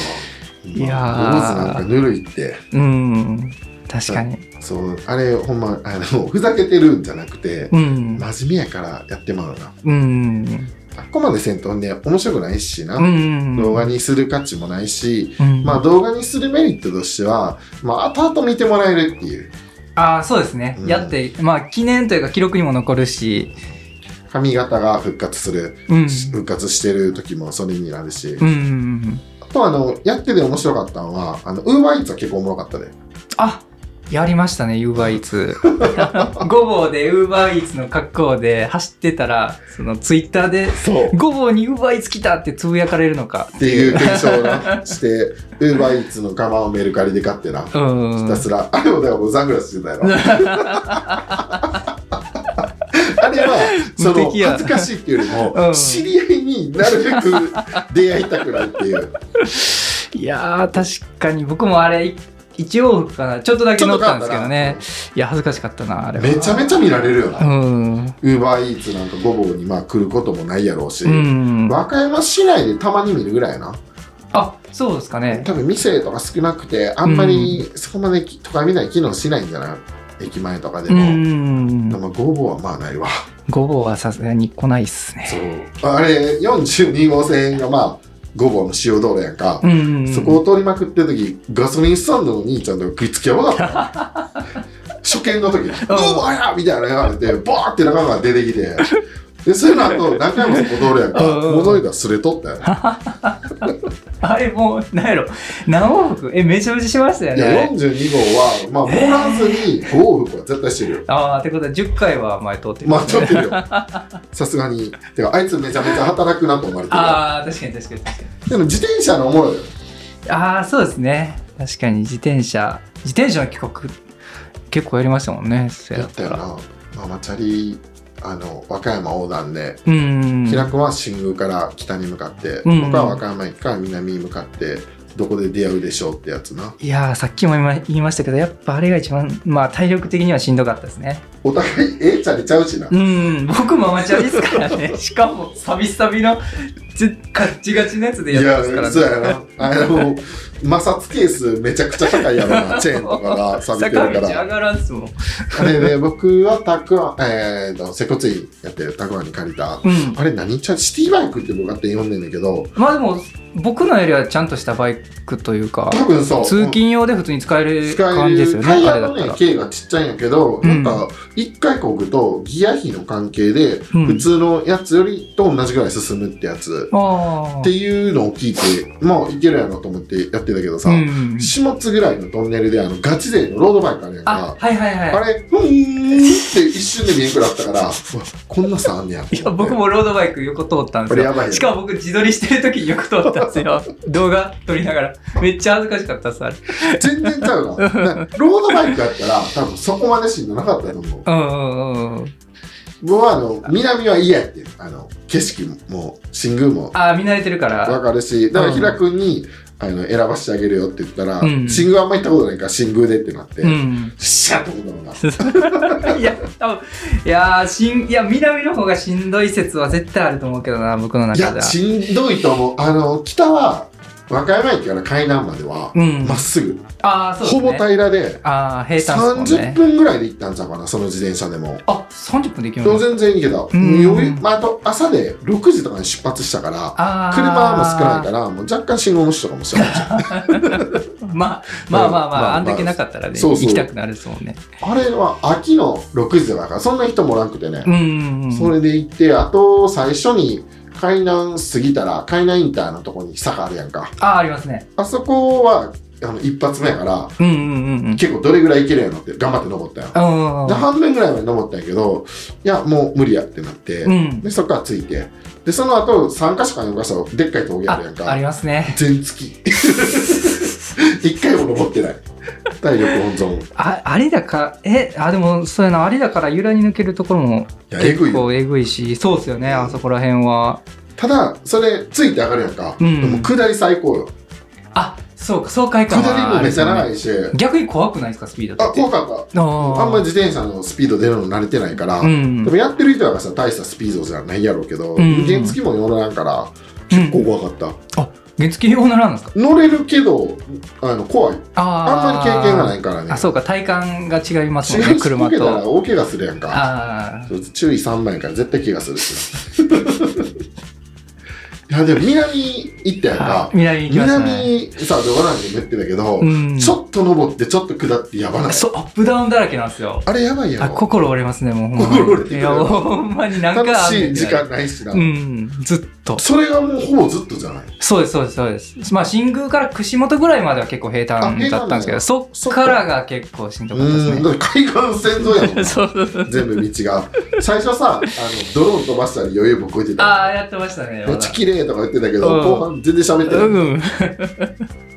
Speaker 1: いやー
Speaker 2: 坊主なんかぬるいって
Speaker 1: うん確かに
Speaker 2: そうあれほんまあのふざけてるんじゃなくて
Speaker 1: うん
Speaker 2: 真面目やからやってまうな
Speaker 1: うん
Speaker 2: あっこまでせんとね面白くないしな、
Speaker 1: うん
Speaker 2: 動画にする価値もないし
Speaker 1: うん
Speaker 2: まあ動画にするメリットとしては、まあ、後々見てもらえるっていう
Speaker 1: あーそうですね
Speaker 2: うん
Speaker 1: やってまあ記念というか記録にも残るし
Speaker 2: 髪型が復活する、
Speaker 1: うん
Speaker 2: 復活してる時もそれになるし、
Speaker 1: うんうんうん
Speaker 2: あとあのやってて面白かったのはあのウーバーイーツは結構おもろかったで
Speaker 1: あやりましたね UberEats ごぼうで UberEats の格好で走ってたらそのツイッターで
Speaker 2: そ
Speaker 1: 「
Speaker 2: う
Speaker 1: ごぼうに UberEats 来た!」ってつぶやかれるのか
Speaker 2: っていう検証をなしてウーバーイーツのカバンをメルカリで買ってなひ
Speaker 1: うん
Speaker 2: たすらあれもだからもうサングラスして たやろあれはそ
Speaker 1: 無
Speaker 2: の
Speaker 1: 敵や
Speaker 2: 恥ずかしいっていうよりも、
Speaker 1: うん
Speaker 2: 知り合いになるべく出会いたくないっていう
Speaker 1: いやー確かに僕もあれい1往復かなちょっとだけ乗ったんですけどね
Speaker 2: ち
Speaker 1: いや恥ずかしかったなあれは
Speaker 2: めちゃめちゃ見られるよな
Speaker 1: うん
Speaker 2: ウーバーイーツなんかごぼうにまあ来ることもないやろうし、
Speaker 1: うん
Speaker 2: 和歌山市内でたまに見るぐらいやな
Speaker 1: あそうですかね
Speaker 2: 多分店とか少なくてあんまりそこまでき都会みたいに機能しないんじゃない駅前とかで
Speaker 1: う
Speaker 2: も、
Speaker 1: ん
Speaker 2: でもごぼうはまあないわ
Speaker 1: ごぼうはさすがに来ないっすね
Speaker 2: そうあれ42号線がまあごぼうの塩道路やんか、
Speaker 1: うん
Speaker 2: そこを通りまくってる時ガソリンスタンドの兄ちゃんとか食いつきや ばかった初見の時に「どうもや!」みたいなやられてバーって中から出てきてでそういうのあと何回もそこ通るやんか
Speaker 1: うんうんうん
Speaker 2: 戻りたらすれとっ たよ、ね、
Speaker 1: あれもう何やろ何往復えめちゃめちゃしましたよ
Speaker 2: いや
Speaker 1: ね
Speaker 2: 42号はまあ盛らずに5往復は絶対してるよ
Speaker 1: ああってことは10回は前通ってる
Speaker 2: まあちょっ とよさすがにてかあいつめちゃめちゃ働くなと思われてるか
Speaker 1: ああ確かに確かに確から
Speaker 2: でも自転車の思うよ
Speaker 1: にああそうですね確かに自転車自転車の企画結構やりましたもんねそう
Speaker 2: や
Speaker 1: や
Speaker 2: っ
Speaker 1: ったた
Speaker 2: よ
Speaker 1: ら
Speaker 2: なママチャリあの和歌山横断で
Speaker 1: うん
Speaker 2: 平子は新宮から北に向かって、
Speaker 1: うん
Speaker 2: 僕は和歌山駅から南に向かってどこで出会うでしょうってやつない
Speaker 1: やーさっきも今言いましたけどやっぱあれが一番まあ体力的にはしんどかったですね
Speaker 2: お互いええチャリちゃうしな、
Speaker 1: うん僕ママチャリですからねしかもサビサビのずカッチガチのやつで
Speaker 2: い
Speaker 1: やって
Speaker 2: や
Speaker 1: ますからね
Speaker 2: そうやなあれも摩擦係数めちゃくちゃ高いや ろなチェーンとかが錆びて
Speaker 1: 坂道
Speaker 2: るか ら
Speaker 1: 上がらんっすもん
Speaker 2: あれで僕はたくあんえー、と接骨院やってるたくあんに借りた
Speaker 1: うん
Speaker 2: あれ何ちゃシティバイクって僕あって呼んでんだけど
Speaker 1: まあでも僕のよりはちゃんとしたバイクというか
Speaker 2: 多分そう
Speaker 1: 通勤用で普通に使える
Speaker 2: 使
Speaker 1: 感
Speaker 2: え
Speaker 1: じですよ
Speaker 2: る
Speaker 1: ね
Speaker 2: タイ
Speaker 1: あ
Speaker 2: ヤ
Speaker 1: れだ
Speaker 2: の
Speaker 1: った
Speaker 2: ね
Speaker 1: ら
Speaker 2: 径がちっちゃいんやけど、
Speaker 1: うん
Speaker 2: なんか1回こぐとギア比の関係で
Speaker 1: うん
Speaker 2: 普通のやつよりと同じぐらい進むってやつ、
Speaker 1: ああ
Speaker 2: っていうのを聞いてまあいけるやろと思ってやってたけどさ、
Speaker 1: うん
Speaker 2: 下津ぐらいのトンネルであのガチ勢のロードバイクあるやん
Speaker 1: あ
Speaker 2: か
Speaker 1: はいはいはい
Speaker 2: あれふーんって一瞬で見えんくなったからうわこんな差あんねや
Speaker 1: いや僕もロードバイク横通ったんで
Speaker 2: こ
Speaker 1: す
Speaker 2: れ
Speaker 1: よ
Speaker 2: やばいよ
Speaker 1: しかも僕自撮りしてる時によく通ったんです よ動画撮りながらめっちゃ恥ずかしかったっすあれ
Speaker 2: 全然ちゃ うななロードバイクやったら多分そこまでしんどなかったと思う
Speaker 1: うんうんうんうん
Speaker 2: 僕はあの南は嫌やってあの景色も新宮も
Speaker 1: ああ見慣れてるから
Speaker 2: わかるしだから
Speaker 1: うん
Speaker 2: 平君に、あの選ばしてあげるよって言ったら、
Speaker 1: うん
Speaker 2: 新宮あんま行ったことないから新宮でってなって、
Speaker 1: うん
Speaker 2: シャッと思ったの が
Speaker 1: いや多分いやーしんいや南の方がしんどい説は絶対あると思うけどな僕の
Speaker 2: い
Speaker 1: 中で
Speaker 2: や
Speaker 1: は
Speaker 2: しんどいと思うあの北は和歌山駅から海南までは
Speaker 1: う
Speaker 2: ま、
Speaker 1: ん
Speaker 2: っすぐ、
Speaker 1: ああそうです
Speaker 2: ほ
Speaker 1: ね
Speaker 2: ぼ平らで
Speaker 1: ああ平坦っすもん
Speaker 2: 30
Speaker 1: ね
Speaker 2: 分ぐらいで行ったんちゃうかなその自転車でも。
Speaker 1: あ三30分で行き
Speaker 2: でも
Speaker 1: ます
Speaker 2: 全然いいけど、
Speaker 1: うん
Speaker 2: 余裕まあ、あと朝で6時とかに出発したから
Speaker 1: ああ
Speaker 2: 車も少ないからもう若干信号無視とかもして
Speaker 1: まあまあまあま
Speaker 2: なまあまあ
Speaker 1: ああんだけなかったらね
Speaker 2: そう
Speaker 1: 行
Speaker 2: そう
Speaker 1: きたくなるっすもんね
Speaker 2: あれは秋の6時だからそんな人もおらんくてね
Speaker 1: う、んうんうん
Speaker 2: それで行ってあと最初に海南過ぎたら海南インターのとこに坂あるやんか
Speaker 1: ああありますね
Speaker 2: あそこはあの一発目やから
Speaker 1: うんうんうんうん
Speaker 2: 結構どれぐらい行けるやろって頑張って登ったよ
Speaker 1: うん
Speaker 2: で半分ぐらいまで登ったんやけどいやもう無理やってなって、
Speaker 1: うん
Speaker 2: でそこからついてでその後3か所か4か所でっかい峠あ
Speaker 1: あ
Speaker 2: るやん
Speaker 1: あり
Speaker 2: か
Speaker 1: ますね
Speaker 2: 全付き 一回も登ってない体力温存い
Speaker 1: ああれだからえあでもそうやなあれだから由来に抜けるところも
Speaker 2: やえぐい
Speaker 1: 結
Speaker 2: よ
Speaker 1: 構えぐいしそうっすよね
Speaker 2: うん
Speaker 1: あそこら辺は
Speaker 2: ただそれついて上がるやんか、
Speaker 1: うん
Speaker 2: でも下り最高よ
Speaker 1: あそうか爽快
Speaker 2: 下
Speaker 1: 感は
Speaker 2: りもめっちゃ
Speaker 1: あ
Speaker 2: 長
Speaker 1: れっ
Speaker 2: いし、
Speaker 1: すね逆に怖くないですかスピード
Speaker 2: あ
Speaker 1: って
Speaker 2: 怖かった
Speaker 1: あ
Speaker 2: あんまり
Speaker 1: り
Speaker 2: 自転車のスピード出るの慣れてないから、
Speaker 1: うん
Speaker 2: でもやってる人がさ大したスピードじゃないやろうけど、
Speaker 1: うんうん
Speaker 2: 原付も乗らんから結構怖かった、
Speaker 1: 原付用ならんですか
Speaker 2: 乗れるけどあの怖いあん
Speaker 1: あ
Speaker 2: まり経験がないいからね
Speaker 1: あそうか体感が違いますもん
Speaker 2: 違
Speaker 1: ね
Speaker 2: う人
Speaker 1: 車
Speaker 2: こけたら
Speaker 1: と
Speaker 2: 大怪我するやんか
Speaker 1: ああ
Speaker 2: そう注意3万円から絶対怪我するし いやでも南行ったやんか
Speaker 1: 南に行きましたね
Speaker 2: 南さ動画なんても言ってたけど、
Speaker 1: うん
Speaker 2: ちょっと登ってちょっと下ってやばない
Speaker 1: そうアップダウンだらけなんですよ
Speaker 2: あれやばいや
Speaker 1: あ
Speaker 2: ろ
Speaker 1: 心折れますねもうほんまに
Speaker 2: 心折れてくる
Speaker 1: いやほんまに何回
Speaker 2: 楽
Speaker 1: あんね
Speaker 2: し
Speaker 1: ん
Speaker 2: い
Speaker 1: け
Speaker 2: 時
Speaker 1: ど
Speaker 2: 間ないしな、
Speaker 1: うんずっと
Speaker 2: それがもうほぼずっとじゃない
Speaker 1: そうですそうですそうですまあ新宮から串本ぐらいまでは結構平坦だったんですけ
Speaker 2: あ平坦なんや
Speaker 1: どそっからが結構しんどかったです
Speaker 2: うん
Speaker 1: ね
Speaker 2: だって海岸線沿い やもん
Speaker 1: そうそうそう
Speaker 2: 全部道が最初さあのドローン飛ばしたり余裕ぶっこいて
Speaker 1: あ
Speaker 2: た
Speaker 1: あやってましたね
Speaker 2: めっちゃ綺麗とか言ってたけど、
Speaker 1: うん
Speaker 2: 後半全然喋ってない、
Speaker 1: うん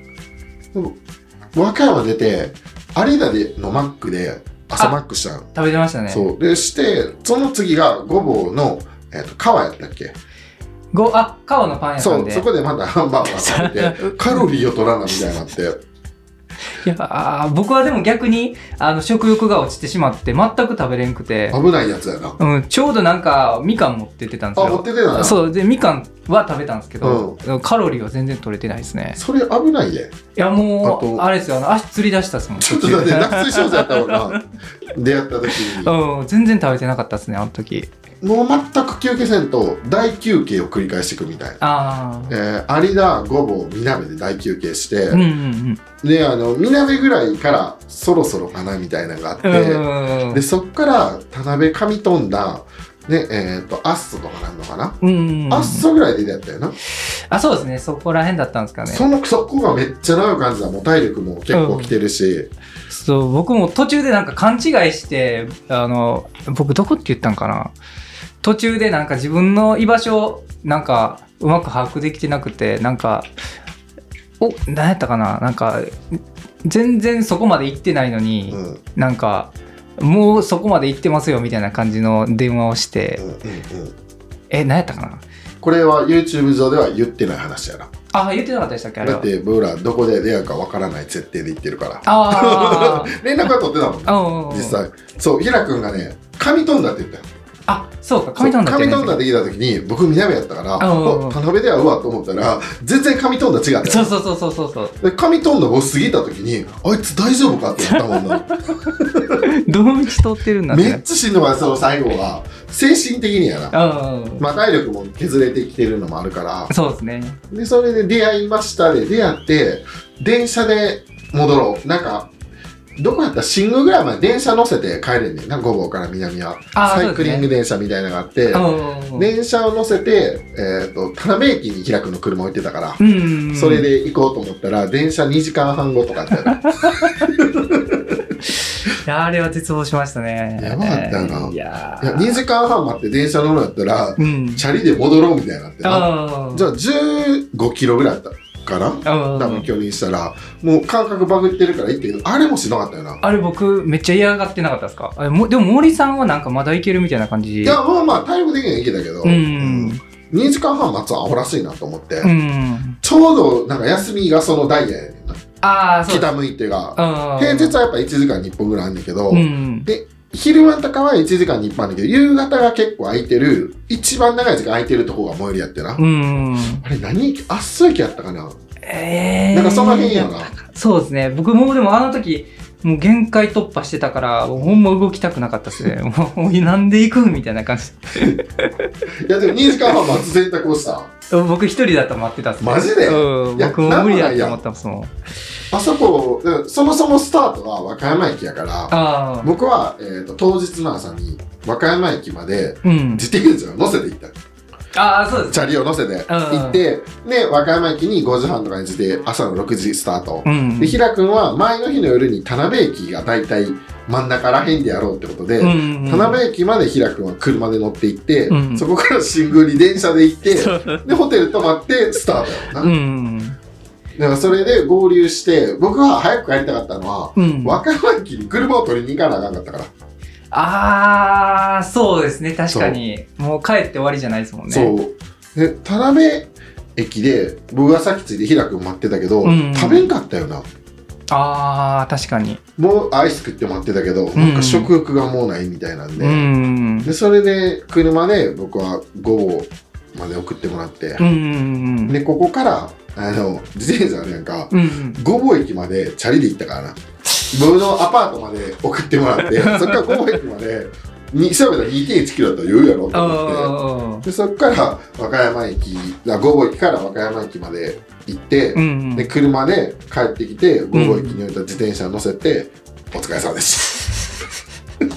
Speaker 2: 和歌山出てアリーナでのマックで朝マックしたの、
Speaker 1: 食べてましたね
Speaker 2: そうでしてその次がごぼうの、えっと川やったっけ
Speaker 1: ごあ川のパン屋さ
Speaker 2: そ
Speaker 1: ん
Speaker 2: う
Speaker 1: で
Speaker 2: そこでまたハンバーガー食べてカロリーを取らなみたいになって
Speaker 1: いやー僕はでも逆にあの食欲が落ちてしまって全く食べれんくて、
Speaker 2: 危ないやつやな。
Speaker 1: うん、ちょうどなんかみかん持ってってたんです
Speaker 2: あ、持っ
Speaker 1: よ
Speaker 2: ててたな。
Speaker 1: そ
Speaker 2: そ
Speaker 1: うでみかんは食べたんですけど、カロリーは全然取れてないですね
Speaker 2: れ危ないで。
Speaker 1: いやも
Speaker 2: あ
Speaker 1: う
Speaker 2: と
Speaker 1: あれですよあの足つり出したっすもん
Speaker 2: ちょっとだって、脱水症状やったもんな。出会った時に。
Speaker 1: うん、全然食べてなかったですねあの時
Speaker 2: もう全く休憩せんと、大休憩を繰り返していくみたいな。
Speaker 1: ああ
Speaker 2: えー、有田、ごぼう、みなべで大休憩して、
Speaker 1: うんうん
Speaker 2: で、あの、みなべぐらいからそろそろかなみたいなのがあって、
Speaker 1: うんうん
Speaker 2: で、そっから田辺上飛んだ、ね、えっ、と、アッソとかなんのかな、
Speaker 1: うんうん
Speaker 2: アッソぐらいで出会ったよな。
Speaker 1: あそうですねそこら辺だったんですかね
Speaker 2: そのそこがめっちゃ長く感じたもう体力も結構きてるし、
Speaker 1: そう僕も途中でなんか勘違いしてあの僕どこって言ったんかな途中でなんか自分の居場所をなんかうまく把握できてなくてなんかお何やったかななんか全然そこまで行ってないのに、
Speaker 2: うんうん
Speaker 1: なんかもうそこまで行ってますよみたいな感じの電話をして、
Speaker 2: うんうん、
Speaker 1: え何やったかな
Speaker 2: これは YouTube 上では言ってない話やな
Speaker 1: あ言ってなかったでしたっけあれ
Speaker 2: だ
Speaker 1: は
Speaker 2: って僕らどこで出会うかわからない設定で言ってるから
Speaker 1: あ
Speaker 2: 連絡は取ってたもん
Speaker 1: ーあうん
Speaker 2: 実際そう平君がね紙飛んだって言ったよ
Speaker 1: あそうか紙飛んだ
Speaker 2: そう紙飛んだ
Speaker 1: ね
Speaker 2: って聞いた時に僕南やったから
Speaker 1: あうん
Speaker 2: お田辺で会うわと思ったら全然紙飛んだ違った
Speaker 1: そう
Speaker 2: よ
Speaker 1: そうそうそうそうそう
Speaker 2: で紙飛んだを過ぎた時にあいつ大丈夫かって言ったも んな
Speaker 1: どの道通ってるんだって
Speaker 2: めっちゃしんどかったその最後は精神的にやな
Speaker 1: うんうんうん
Speaker 2: まあ、体力も削れてきてるのもあるから
Speaker 1: そうですね
Speaker 2: でそれで出会いましたで出会って電車で戻ろうなんかどこやったら新宮ぐらいまで電車乗せて帰れんねんな御坊から南は
Speaker 1: あー
Speaker 2: サイクリング電車みたいなのがあって、
Speaker 1: うんうんうん
Speaker 2: 電車を乗せて、えー、と田辺駅に平君の車置いてたから、
Speaker 1: うんうんうん
Speaker 2: それで行こうと思ったら電車2時間半後とかやって た
Speaker 1: いやあれは絶望しましたね
Speaker 2: やばかったよない
Speaker 1: や
Speaker 2: いや2時間半待って電車乗るんやったら
Speaker 1: うん
Speaker 2: チャリで戻ろうみたいになってな
Speaker 1: あ
Speaker 2: じゃあ15キロぐらいやったかな
Speaker 1: あ
Speaker 2: 多分距離にしたらもう感覚バグってるからいいけどあれもしなかったよな、
Speaker 1: あれ僕めっちゃ嫌がってなかったですかあれもでも森さんはなんかまだいけるみたいな感じ
Speaker 2: いやまあまあタイム的にはいけたけど、
Speaker 1: う
Speaker 2: うん
Speaker 1: ん
Speaker 2: 2時間半待つはアホらしいなと思って、
Speaker 1: うん
Speaker 2: ちょうどなんか休みがそのダイヤやねんな
Speaker 1: ああそう
Speaker 2: 北向いてが
Speaker 1: うん
Speaker 2: 平日はやっぱ1時間に1本ぐらいあんねんけど、
Speaker 1: うん
Speaker 2: 昼間とかは1時間に1本あんねんけど夕方が結構空いてる一番長い時間空いてるとこが最寄りやってな、
Speaker 1: うん
Speaker 2: あれ何駅あっそ駅やったかな、
Speaker 1: ええ
Speaker 2: なんかその辺やな
Speaker 1: そうですね僕もうでもあの時もう限界突破してたからもうほんま動きたくなかったです ねもうなんで行くみたいな感じ
Speaker 2: いやでも2時間半待つ選択をした
Speaker 1: 僕一人だと待ってたっすね
Speaker 2: マジで
Speaker 1: うん、
Speaker 2: いや
Speaker 1: 僕も無理だと思ったっすもん
Speaker 2: あそこでそもそもスタートは和歌山駅やから
Speaker 1: ああ
Speaker 2: 僕は、えー、と当日の朝に和歌山駅まで
Speaker 1: うん
Speaker 2: 自転車を乗せて行った
Speaker 1: ああそうです
Speaker 2: チャリを乗せて行ってで和歌山駅に5時半とかに着いて朝の6時スタート、
Speaker 1: うん
Speaker 2: で平君は前の日の夜に田辺駅が大体真ん中らへんでやろうってことで、
Speaker 1: うん
Speaker 2: 田辺駅まで平君は車で乗って行って、
Speaker 1: うん
Speaker 2: そこから新宮に電車で行って
Speaker 1: そう
Speaker 2: でホテル泊まってスタートやろな、
Speaker 1: う
Speaker 2: だ
Speaker 1: ん
Speaker 2: からそれで合流して僕は早く帰りたかったのは
Speaker 1: うん
Speaker 2: 和歌山駅に車を取りに行かなあかんかったから
Speaker 1: ああそうですね確かにもう帰って終わりじゃないですもんね
Speaker 2: そう。で、田辺駅で、僕がさっきついて平君待ってたけど、
Speaker 1: うん
Speaker 2: 食べんかったよな。
Speaker 1: ああ確かに
Speaker 2: もうアイス食って待ってたけど、
Speaker 1: ん
Speaker 2: なんか食欲がもうないみたいなんで。
Speaker 1: うん
Speaker 2: で、それで、車で僕は午後まで送ってもらって
Speaker 1: う、ん
Speaker 2: で、ここから、あの、自転車なんか、
Speaker 1: うん
Speaker 2: 午後駅までチャリで行ったからな。僕のアパートまで送ってもら って、そっから午後駅まで、に調べたら2.1キロだったら余裕やろと思って。
Speaker 1: あ
Speaker 2: でそこから和歌山駅あ午後駅から和歌山駅まで行って、
Speaker 1: うん
Speaker 2: で車で帰ってきて午後駅に置いた自転車乗せて、お疲れ様でし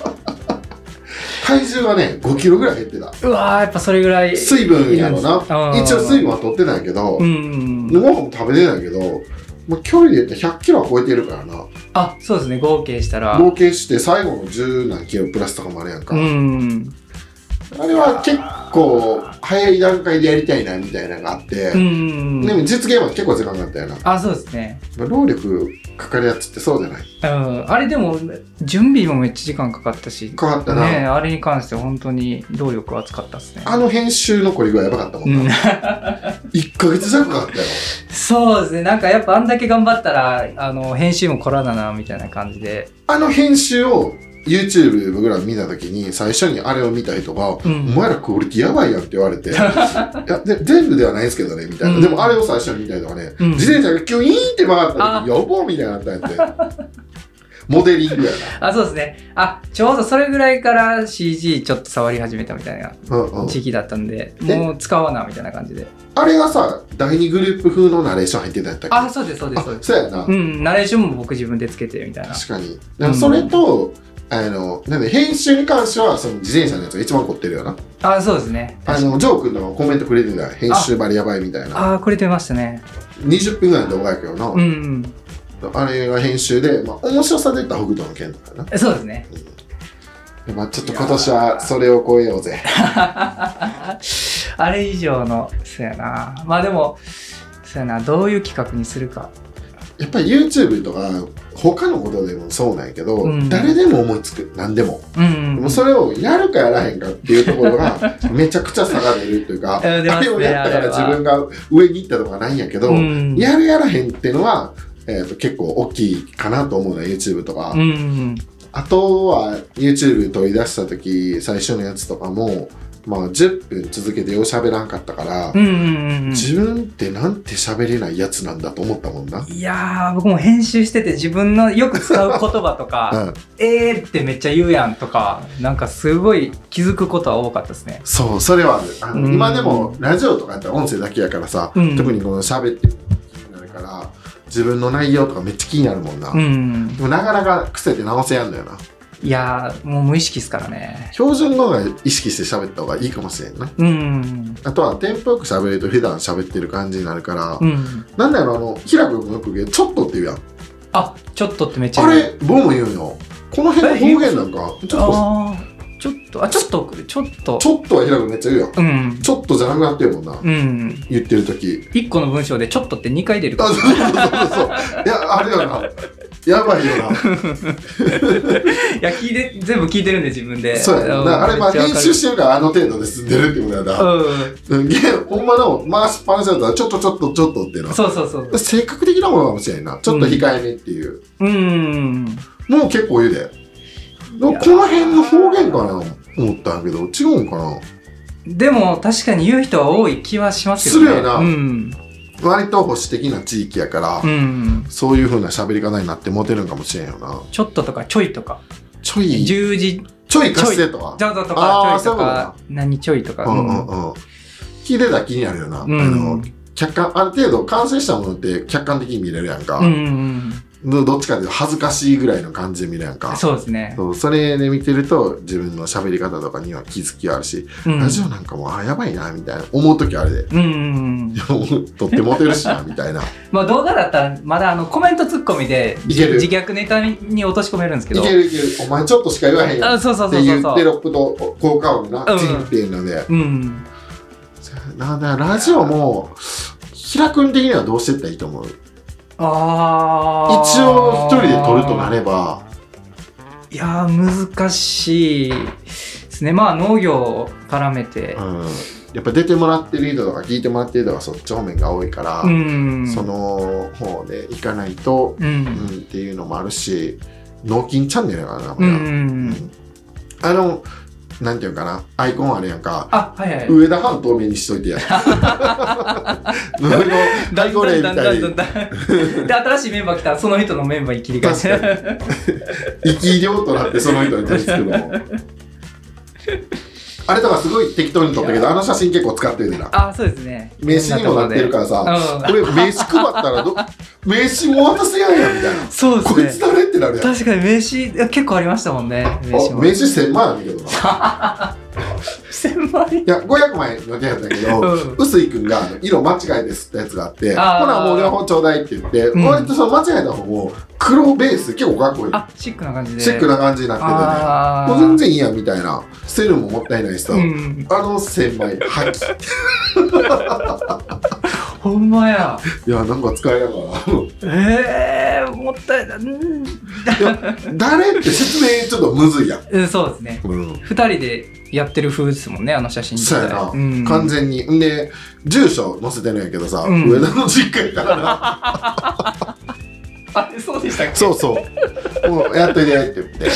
Speaker 2: た 体重はね5キロぐらい減ってた
Speaker 1: うわーやっぱそれぐらい
Speaker 2: 水分やろな
Speaker 1: うん
Speaker 2: 一応水分は取ってないけど、
Speaker 1: う
Speaker 2: ご
Speaker 1: ん
Speaker 2: 飯も食べてないけど、まあ、距離で言ったら100キロは超えてるからな
Speaker 1: あそうですね合計したら
Speaker 2: 合計して最後の十何キロプラスとかもあるやんか、
Speaker 1: うん
Speaker 2: あれは結構早い段階でやりたいなみたいなのがあって、
Speaker 1: うん
Speaker 2: でも実現は結構時間かかったよな。
Speaker 1: あそうですね
Speaker 2: 労力かかるやつってそうじゃない
Speaker 1: うんあれでも準備もめっちゃ時間かかったしね
Speaker 2: かかったな。
Speaker 1: えあれに関して本当に労力は使ったっすね
Speaker 2: あの編集の凝り具合やばかったも
Speaker 1: うんん
Speaker 2: な。 1ヶ月弱あったよ。
Speaker 1: そうですねなんかやっぱあんだけ頑張ったらあの編集も来らななみたいな感じで
Speaker 2: あの編集を YouTube 僕ら見た時に最初にあれを見た人が「
Speaker 1: うん
Speaker 2: お前らクオリティやばいやん」って言わ れて「いやで全部ではないですけどね」みたいな、
Speaker 1: うん
Speaker 2: でもあれを最初に見た人がね、
Speaker 1: うん
Speaker 2: 自転車がキュイーンって曲がった時「やば」みたいになったんやってモデリングや
Speaker 1: あそうですねあちょうどそれぐらいから CG ちょっと触り始めたみたいな
Speaker 2: な、うんうん
Speaker 1: 時期だったんで、
Speaker 2: で
Speaker 1: もう使わなみたいな感じで
Speaker 2: あれがさ第2グループ風のナレーション入ってたんやったっけ
Speaker 1: あそうですそうですそう
Speaker 2: あ
Speaker 1: です
Speaker 2: そうやな、
Speaker 1: うんナレーションも僕自分でつけてみたいな
Speaker 2: 確かにだからそれと、あのなんで編集に関してはその自転車のやつが一番凝ってるよな
Speaker 1: あそうですね
Speaker 2: あのジョー君のコメントくれてた編集バリやばいみたいな
Speaker 1: ああこれ出ましたね
Speaker 2: 20分ぐらいの動画やけどな、
Speaker 1: うん、うん、
Speaker 2: あれが編集で、まあ、面白さで言ったら北斗の拳だからな
Speaker 1: えそうですね
Speaker 2: で。まあ、ちょっと今年はそれを超えようぜ。
Speaker 1: あれ以上のそうやなまあでもそうやなどういう企画にするか
Speaker 2: やっぱり YouTube とか他のことでもそうなんやけど、
Speaker 1: うん
Speaker 2: 誰でも思いつく何でも
Speaker 1: うん、
Speaker 2: で
Speaker 1: う
Speaker 2: も
Speaker 1: ん、
Speaker 2: それをやるかやらへんかっていうところ がめちゃくちゃ差が出るというか、
Speaker 1: うん出ま
Speaker 2: あ
Speaker 1: すね
Speaker 2: れをやったから自分が上に行ったとかないんやけど、
Speaker 1: うん
Speaker 2: やるやらへんっていうのは、えー、と結構大きいかなと思うのは YouTube とか、
Speaker 1: うんうん
Speaker 2: あとは YouTube 取り出した時最初のやつとかも、まあ、10分続けてよう喋らんかったから、
Speaker 1: うんうんうんうん
Speaker 2: 自分ってなんて喋れないやつなんだと思ったもんな。
Speaker 1: いやー僕も編集してて自分のよく使う言葉と
Speaker 2: う
Speaker 1: か
Speaker 2: ん、
Speaker 1: 「えー」ってめっちゃ言うやんとかなんかすごい気づくことは多かったですね
Speaker 2: そうそれはあるあの
Speaker 1: うん
Speaker 2: 今でもラジオとかやったら音声だけやからさ、
Speaker 1: うん
Speaker 2: 特にこの喋ってる時になるから自分の内容とかめっちゃ気になるもんな、
Speaker 1: うん
Speaker 2: でもなかなか癖で直せやんだよない
Speaker 1: やーもう無意識っすからね
Speaker 2: 標準語が意識して喋った方がいいかもしれんな
Speaker 1: うん
Speaker 2: あとはテンポよく喋ると普段喋ってる感じになるから、
Speaker 1: うん
Speaker 2: なんだろうあの平君もよく言うけどちょっとって言うやん
Speaker 1: あちょっとってめっちゃ
Speaker 2: あれ、僕も言うよ。この辺の表現なんか、ち
Speaker 1: ち
Speaker 2: ょっ
Speaker 1: あーちょっとあちょっとちょっと
Speaker 2: と、ちょっとは平君めっちゃ言うよ。
Speaker 1: うん
Speaker 2: ちょっとじゃなくなってるもんな。
Speaker 1: うん
Speaker 2: 言ってる時。
Speaker 1: 1個の文章で「ちょっと」って2回出るか
Speaker 2: あ、
Speaker 1: ら
Speaker 2: そうそう そうそう。いや、あれよな。やばいよな。
Speaker 1: いや聞いて全部聞いてるんで自分で
Speaker 2: そうやな。だからあれ、まあ、編集してるからあの程度で済んでるってことやな。
Speaker 1: う
Speaker 2: うん、ゲームほんまの回しっぱなしだったら、ちょっとちょっとちょっとっていうの
Speaker 1: んそうそうそう
Speaker 2: は。性格的なものかもしれないな。ちょっと控えめっていう。
Speaker 1: うん
Speaker 2: もう結構言うで。でも
Speaker 1: いや
Speaker 2: この辺の表現かな思ったんやけど、違うんかな。
Speaker 1: でも確かに言う人は多い気はしますけどね
Speaker 2: するよな
Speaker 1: うん
Speaker 2: 割と保守的な地域やから。
Speaker 1: うん
Speaker 2: そういう風な喋り方になってモテるんかもしれんよな。
Speaker 1: ちょっととかちょいとか
Speaker 2: ちょい、ち
Speaker 1: 十字
Speaker 2: ょい貸してとは。
Speaker 1: ちょっととか
Speaker 2: あー
Speaker 1: ちょいとか
Speaker 2: そ
Speaker 1: 何ちょいとか
Speaker 2: う
Speaker 1: うん
Speaker 2: うん
Speaker 1: ん
Speaker 2: うん。聞いてたら気になるよな。
Speaker 1: うん
Speaker 2: あの客観ある程度完成したものって客観的に見れるやんか、
Speaker 1: うんうん
Speaker 2: どどっちかというと恥ずかしいぐらいの感じで見るやん
Speaker 1: う
Speaker 2: か
Speaker 1: んそうですね
Speaker 2: そうそれで見てると自分の喋り方とかには気づきがあるし、
Speaker 1: うん
Speaker 2: ラジオなんかもあやばいなみたいな思う時あれで
Speaker 1: うんうんうん
Speaker 2: とってモテるしなみたいない
Speaker 1: まあ動画だったらまだあのコメントツッコミで
Speaker 2: いける
Speaker 1: 自虐ネタに落とし込めるんですけど
Speaker 2: けるいけるお前ちょっとしか言わへんやん
Speaker 1: あ
Speaker 2: っ
Speaker 1: そうそうそう
Speaker 2: てい
Speaker 1: そう
Speaker 2: う
Speaker 1: そ
Speaker 2: テ
Speaker 1: う
Speaker 2: ロップと効果音な
Speaker 1: うん
Speaker 2: チンっていうので、
Speaker 1: うん
Speaker 2: なんだラジオも平君的にはどうしてったらいいと思う
Speaker 1: あー
Speaker 2: 一応一人で撮るとなれば
Speaker 1: いやー難しいですねまあ農業を絡めて
Speaker 2: うんやっぱ出てもらってる人とか聞いてもらってる人がそっち方面が多いから、
Speaker 1: うん
Speaker 2: その方で行かないと、
Speaker 1: う
Speaker 2: うん
Speaker 1: ん
Speaker 2: っていうのもあるし脳筋チャンネルやからなこ
Speaker 1: う
Speaker 2: れは、
Speaker 1: んうん
Speaker 2: あのなんていうかなアイコンあるやんか
Speaker 1: あはいはい
Speaker 2: 上田半透明にしとい てや無料大号令みたい
Speaker 1: だんだん
Speaker 2: に
Speaker 1: だんだんで新しいメンバー来たらその人のメンバーに切り替えて
Speaker 2: 生き量となってその人に取り付くのもあれとかすごい適当に撮ったけどあの写真結構使ってるな
Speaker 1: あそうですね
Speaker 2: 名刺にもなってるからさ
Speaker 1: う
Speaker 2: これ名刺配ったらど名刺も渡せやんやみたいな
Speaker 1: そう
Speaker 2: こい
Speaker 1: です
Speaker 2: つ
Speaker 1: ね
Speaker 2: 誰ってなるやんあ
Speaker 1: 確かに名刺いや結構ありましたもんね名
Speaker 2: 名
Speaker 1: 刺も
Speaker 2: 刺1000万やねんけどない
Speaker 1: 千枚
Speaker 2: や500万円の手やったけど
Speaker 1: うん
Speaker 2: 臼井君が色間違えですってやつがあってほ
Speaker 1: あー
Speaker 2: らもう両方ちょうだいって言って
Speaker 1: うん
Speaker 2: 割とその間違えた方も黒ベース結構かっこいい
Speaker 1: あシックな感じで
Speaker 2: シックな感じになっててね
Speaker 1: あ
Speaker 2: も
Speaker 1: ー
Speaker 2: う全然いいやんみたいな捨てるももったいないしさ
Speaker 1: うん
Speaker 2: あの1000枚破棄
Speaker 1: ほんまや
Speaker 2: いや、なんか使えながら。
Speaker 1: ええもったいない。うん
Speaker 2: 誰って説明ちょっとむずいやん。
Speaker 1: うんそうですね
Speaker 2: うん。
Speaker 1: 二人でやってる風ですもんねあの写真
Speaker 2: そうやな。
Speaker 1: うん、
Speaker 2: 完全に。んで、住所載せてるんやけどさ、
Speaker 1: うん
Speaker 2: 上田の実家やか らな。
Speaker 1: あそうでしたっ
Speaker 2: そうそう。もうやっといてって言って。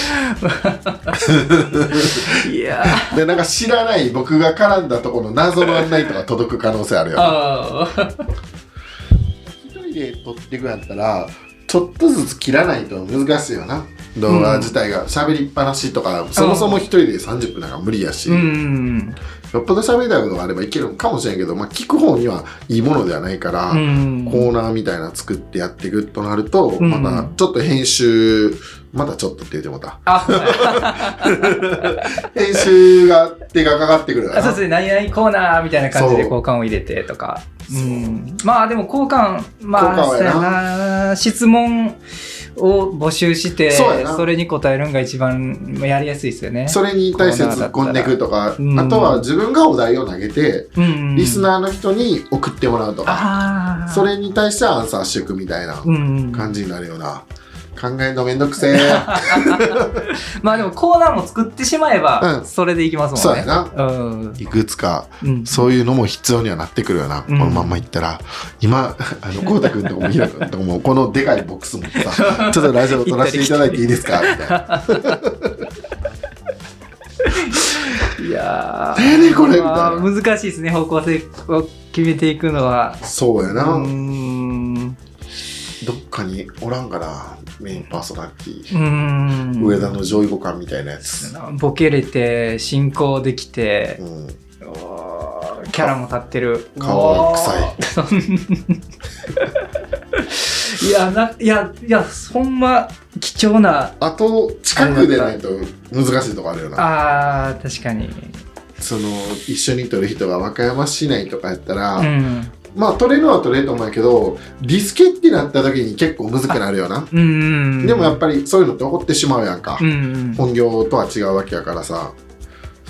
Speaker 1: けいや
Speaker 2: で、なんか知らない僕が絡んだところの謎の案内とか届く可能性あるよ。
Speaker 1: あ あ
Speaker 2: 一人で撮っていくんやったら、ちょっとずつ切らないと難しいよな。動画自体が喋りっぱなしとか、そもそも一人で30分なんか無理やし。
Speaker 1: うん
Speaker 2: よっぽど喋りたいことがあればいけるかもしれんけど、まあ、聞く方にはいいものではないから、
Speaker 1: うん
Speaker 2: コーナーみたいなの作ってやっていくとなると、
Speaker 1: うん
Speaker 2: またちょっと編集またちょっとって言ってもうた
Speaker 1: あ
Speaker 2: 編集が手がかかってくるか
Speaker 1: あ
Speaker 2: ら
Speaker 1: そうですね、何々コーナーみたいな感じで
Speaker 2: そう
Speaker 1: 交換を入れてとか。うん、まあでも交換、まあ、
Speaker 2: 交換はやな
Speaker 1: そうやな質問を募集して
Speaker 2: そうやな
Speaker 1: それに答えるのが一番やりやすいですよね。
Speaker 2: それに対して突っ込んでいくとか、
Speaker 1: うん
Speaker 2: あとは自分がお題を投げて、
Speaker 1: うん、
Speaker 2: リス
Speaker 1: ー
Speaker 2: ナーの人に送ってもらうとか、
Speaker 1: ああ
Speaker 2: そ、れに対してアンサーしていくみたいな
Speaker 1: うん、
Speaker 2: 感じになるような考えんのめんどくせ え
Speaker 1: まあでもコーナーも作ってしまえば、
Speaker 2: うん
Speaker 1: それでいきます
Speaker 2: そ
Speaker 1: もん
Speaker 2: うや
Speaker 1: ね。う
Speaker 2: な
Speaker 1: ん
Speaker 2: いくつか
Speaker 1: うん、
Speaker 2: そういうのも必要にはなってくるよな、
Speaker 1: うん
Speaker 2: このまんまいったら今あの浩太君とこもひら君とこもこのでかいボックス持ってさちょっとラジオ撮らせていただいていいですかみたいな
Speaker 1: いやー
Speaker 2: ええねこれみたいな
Speaker 1: まあ難しいですね方向性を決めていくのは。
Speaker 2: そうやな、
Speaker 1: うん
Speaker 2: どっかにおらんかなメインパーソナリテ
Speaker 1: う
Speaker 2: ィ、
Speaker 1: ん
Speaker 2: 上田の上位互換みたいなやつ、
Speaker 1: ボケれて進行できて
Speaker 2: うん、
Speaker 1: おーキャラも立ってる
Speaker 2: 顔が
Speaker 1: 臭 いいやないやいやほんま貴重な
Speaker 2: あと近くでないと難しいとこあるよな
Speaker 1: あー確かに
Speaker 2: その一緒に撮る人が和歌山市内とかやったら、
Speaker 1: うん
Speaker 2: まあ撮れるのは撮れると思うんやけどディスケってなった時に結構むずくなるよな
Speaker 1: うん
Speaker 2: でもやっ
Speaker 1: ぱ
Speaker 2: ぱりそういうのって起こってしまうやんか、
Speaker 1: うん
Speaker 2: 本業とは違うわけやからさ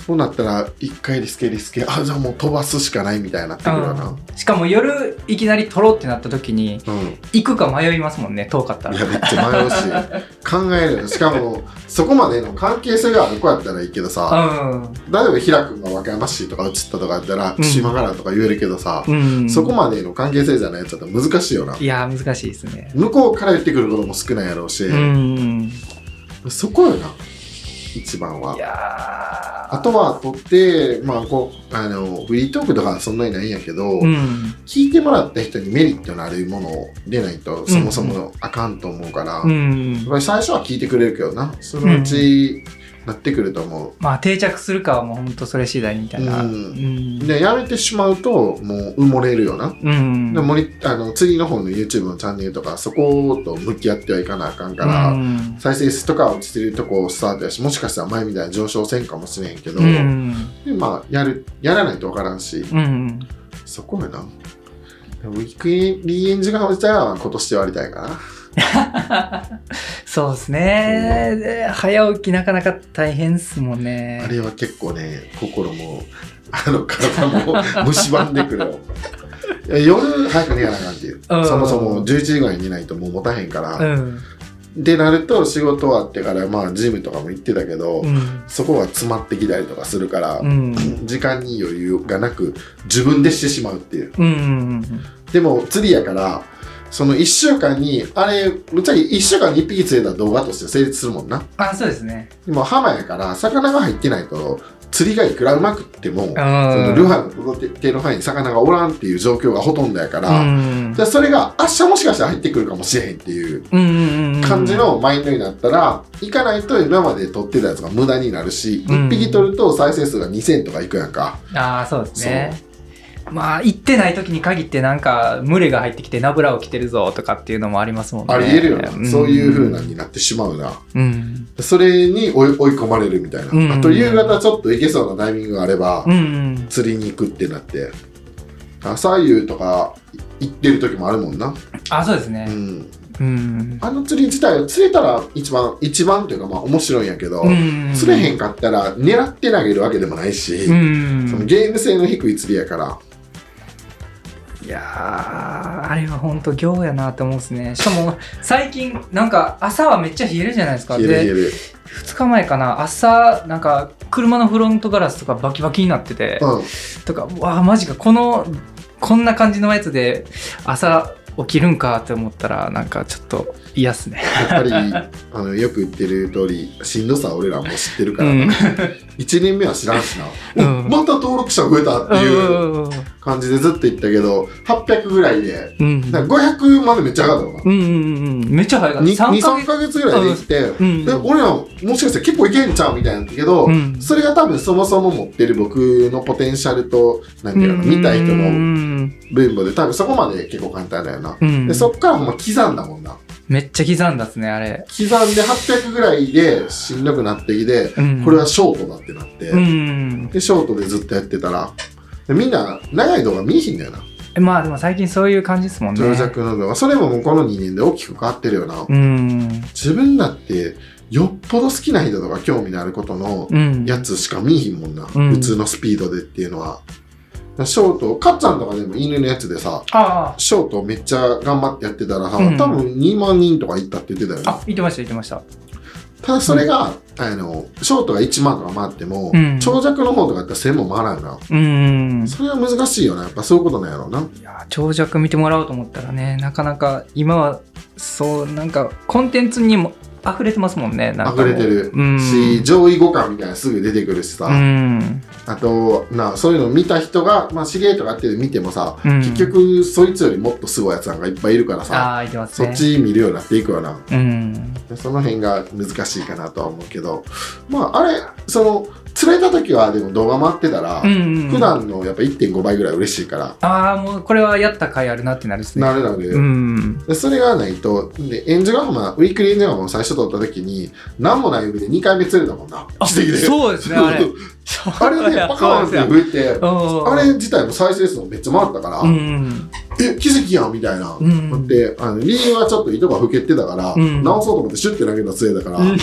Speaker 2: そうなったら一回リスケリスケあじゃあもう飛ばすしかないみたいになってくるよな
Speaker 1: しかも夜いきなり撮ろうってなった時に
Speaker 2: うん、
Speaker 1: 行くか迷いますもんね遠かった
Speaker 2: い
Speaker 1: ら
Speaker 2: やめっちゃ迷うし考えるよしかもそこまでの関係性がある子やったらいいけどさ
Speaker 1: うん
Speaker 2: 例えば平君が和歌山市とか移ったとかやったら
Speaker 1: うん
Speaker 2: 島からとか言えるけどさ、
Speaker 1: うん
Speaker 2: そこまでの関係性じゃないやつだったら難しいよない
Speaker 1: や難しいですね
Speaker 2: 向こうから言ってくることも少ないやろうし、
Speaker 1: うん。
Speaker 2: そこよな一番はい
Speaker 1: やー
Speaker 2: あとは撮って、まあ、こうあのフリートークとかはそんなにないんやけど、
Speaker 1: うん
Speaker 2: 聞いてもらった人にメリットのあるものを出ないとそもそもあかんと思うか
Speaker 1: う
Speaker 2: ら、やっ
Speaker 1: ん
Speaker 2: ぱり最初は聞いてくれるけどなそのうちなってくると思う、
Speaker 1: まあ定着するかはもうほんとそれ次第みたいな。
Speaker 2: う
Speaker 1: うんん。
Speaker 2: でやめてしまうともう埋もれるよな、
Speaker 1: うん。
Speaker 2: で森あの次の方の YouTube のチャンネルとかそこと向き合ってはいかなあかんから、
Speaker 1: うん
Speaker 2: 再生数とかは落ちてるとこスタートやしもしかしたら前みたいに上昇せんかもしれんけど、
Speaker 1: うん。
Speaker 2: でまあやるやらないとわからんし
Speaker 1: うん。
Speaker 2: そこやなウィークリーエンジが落ちたら今年で終わりたいかな
Speaker 1: そうですね。で早起きなかなか大変っすもんね
Speaker 2: あ。れは結構ね、心も、あの、体も蝕んでくるよ。いや夜早く寝やなあかんっていう。
Speaker 1: うん
Speaker 2: そもそも11時ぐらいに寝ないともう持たへんから。
Speaker 1: う
Speaker 2: っ
Speaker 1: ん。
Speaker 2: てなると仕事終わってから、まあジムとかも行ってたけど、
Speaker 1: うん。
Speaker 2: そこが詰まってきたりとかするから、
Speaker 1: うん。
Speaker 2: 時間に余裕がなく自分でしてしまうっていう。
Speaker 1: うん。
Speaker 2: でも釣りやから、その1週間に、あれ、ぶっちゃけ1週間に1匹釣れた動画として成立するもんな。
Speaker 1: あ、そうですね。
Speaker 2: でも浜やから、魚が入ってないと、釣りがいくらうまくっても、
Speaker 1: う
Speaker 2: その
Speaker 1: ん。
Speaker 2: ルハンの届けの範囲に魚がおらんっていう状況がほとんどやか
Speaker 1: う
Speaker 2: ら、
Speaker 1: ん
Speaker 2: じゃあそれが明日もしかしたら入ってくるかもしれへんっていう
Speaker 1: うん。うん。
Speaker 2: 感じ。のマインドになったら、行かないと今まで取ってたやつが無駄になるし、
Speaker 1: うん
Speaker 2: 1匹取ると再生数が2000とかいくやんか。
Speaker 1: ああ、そうですね。まあ、行ってない時に限ってなんか群れが入ってきてナブラを着てるぞとかっていうのもありますもんね。
Speaker 2: ありえるよな、
Speaker 1: ん
Speaker 2: そういう風な。になってしまうな。
Speaker 1: うん。そ
Speaker 2: それに追い追い込まれるみたいな。
Speaker 1: うん
Speaker 2: あと夕方ちょっと行けそうなタイミングがあれば、
Speaker 1: うん。
Speaker 2: 釣りに行くってなって。朝夕とか行ってる時もあるもんな。
Speaker 1: あ、そうです
Speaker 2: う
Speaker 1: ね。
Speaker 2: ん。
Speaker 1: うん。
Speaker 2: あの釣り自体は釣れたら一番、一番というかまあ面白いんやけど、
Speaker 1: うん。
Speaker 2: 釣れへんかったら狙って投げるわけでもないし、
Speaker 1: うん
Speaker 2: そのゲーム性の低い釣りやから
Speaker 1: いやーあれは本当行やなって思うんですねしかも最近なんか朝はめっちゃ冷えるじゃないですか
Speaker 2: 冷える冷え
Speaker 1: で
Speaker 2: る。
Speaker 1: 2日前かな朝なんか車のフロントガラスとかバキバキになってて
Speaker 2: うん。
Speaker 1: とかうわあマジかこのこんな感じのやつで朝起きるんかって思ったらなんかちょっと嫌っすね、
Speaker 2: やっぱり、 あの、よく言ってる通り、しんどさは俺らもう知ってるか
Speaker 1: う
Speaker 2: ら、
Speaker 1: ん、
Speaker 2: 1年目は知らんしな。
Speaker 1: うん
Speaker 2: おまた登録者増えたっていう
Speaker 1: うん
Speaker 2: 感じでずっと言ったけど、800ぐらいで、
Speaker 1: うん
Speaker 2: なんか500までめっちゃ上がったのかな。
Speaker 1: うんうんうんめっちゃ早かった
Speaker 2: 2、
Speaker 1: 3
Speaker 2: 3
Speaker 1: ヶ
Speaker 2: ヶ
Speaker 1: 月
Speaker 2: 月ぐらいできて、
Speaker 1: うん
Speaker 2: で俺らももしかして結構いけんちゃうみたいなんだけど、
Speaker 1: うん
Speaker 2: それが多分そもそも持ってる僕のポテンシャルと、なんていうの、見た人
Speaker 1: う
Speaker 2: の
Speaker 1: ん
Speaker 2: 分母で、多分そこまで結構簡単だよな。
Speaker 1: うん
Speaker 2: で、そっからほんま刻んだもんな。
Speaker 1: めっちゃ刻んだっすねあれ、
Speaker 2: 刻んで800ぐらいでしんどくなってきて、
Speaker 1: うん、
Speaker 2: これはショートだってなって、
Speaker 1: うん
Speaker 2: でショートでずっとやってたらでみんな長い動画見えひんだよな
Speaker 1: まあでも最近そういう感じですもんね
Speaker 2: 長尺の動画それももうこの2年で大きく変わってるよな、
Speaker 1: うん
Speaker 2: 自分だってよっぽど好きな人とか興味のあることの
Speaker 1: うん
Speaker 2: やつしか見えひんもんな、
Speaker 1: うん
Speaker 2: 普通のスピードでっていうのはショートかっちゃんとかでも犬のやつでさ
Speaker 1: あ
Speaker 2: ショートめっちゃ頑張ってやってたらさ、
Speaker 1: うん
Speaker 2: 多分2万人とかいったって言ってたよ
Speaker 1: あ
Speaker 2: ね
Speaker 1: あ言ってました言ってました
Speaker 2: ただそれが、あのショートが1万とか回っても、
Speaker 1: うん
Speaker 2: 長尺の方とかやったら1000も回らんよな
Speaker 1: うん
Speaker 2: それは難しいよな、やっぱそういうことなんやろうな。
Speaker 1: いや長尺見てもらおうと思ったらねなかなか今はそうなんかコンテンツにも溢れてますもんねなんかもう
Speaker 2: 溢れてる
Speaker 1: うん
Speaker 2: し、上位互換みたいなのすぐ出てくるしさ、
Speaker 1: うん
Speaker 2: あと、な、そういうのを見た人が、まあ、知り合いとかやってるの見てもさ、
Speaker 1: うん
Speaker 2: 結局、そいつよりもっとすごいやつなんかいっぱいいるからさ、
Speaker 1: ああ言ってます
Speaker 2: そ
Speaker 1: ね
Speaker 2: っち見るようになっていくよな。
Speaker 1: うん
Speaker 2: その辺が難しいかなとは思うけど、まあ、あれ、その、釣れた時はでも動画回ってたら、
Speaker 1: うんうんうん
Speaker 2: 普段のやっぱ1.5倍ぐらい嬉しいから、
Speaker 1: ああもうこれはやった回あるなってなるっすね
Speaker 2: なるので、
Speaker 1: うん
Speaker 2: でそれがないと、で、エンジュガフマ、ウィークリーエンジュガフマを最初撮った時に、何もない指で2回目釣れたもんな。奇跡で。
Speaker 1: そうですねあれ
Speaker 2: あれね、パカーンって増えて、あ
Speaker 1: あ
Speaker 2: れ自体も再生数もめっちゃ回ったから、
Speaker 1: うん
Speaker 2: え、奇跡やんみたいな。
Speaker 1: うん
Speaker 2: であの理由はちょっと糸が老けてたから、
Speaker 1: うん
Speaker 2: 直そうと思ってシュッて投げた杖だから、
Speaker 1: うん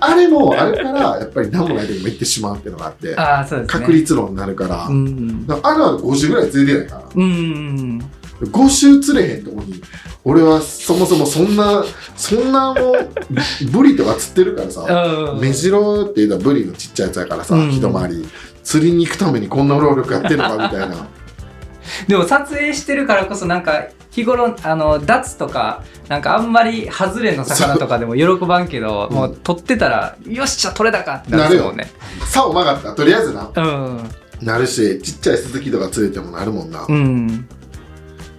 Speaker 2: あれもあれからやっぱり何もない時も行ってしまうっていうのがあって、
Speaker 1: ああそうですね
Speaker 2: 確率論になるから、
Speaker 1: うん
Speaker 2: だからあるある5周ぐらい釣れてないから
Speaker 1: うん
Speaker 2: 5周釣れへんとこに俺はそもそもそんなそんなもうブリとか釣ってるからさ
Speaker 1: うん
Speaker 2: 目白っていうのはブリのちっちゃいやつやからさ、
Speaker 1: うん
Speaker 2: 一回り釣りに行くためにこんな労力やってるのかみたいな
Speaker 1: でも撮影してるからこそなんか日頃あのダツとかなんかあんまり外れの魚とかでも喜ばんけど
Speaker 2: うん
Speaker 1: もう撮ってたらよっしゃ取れたかってなるもんね
Speaker 2: 竿曲がったらとりあえずな
Speaker 1: うん
Speaker 2: なるしちっちゃいスズキとか釣れてもなるもんな、
Speaker 1: うん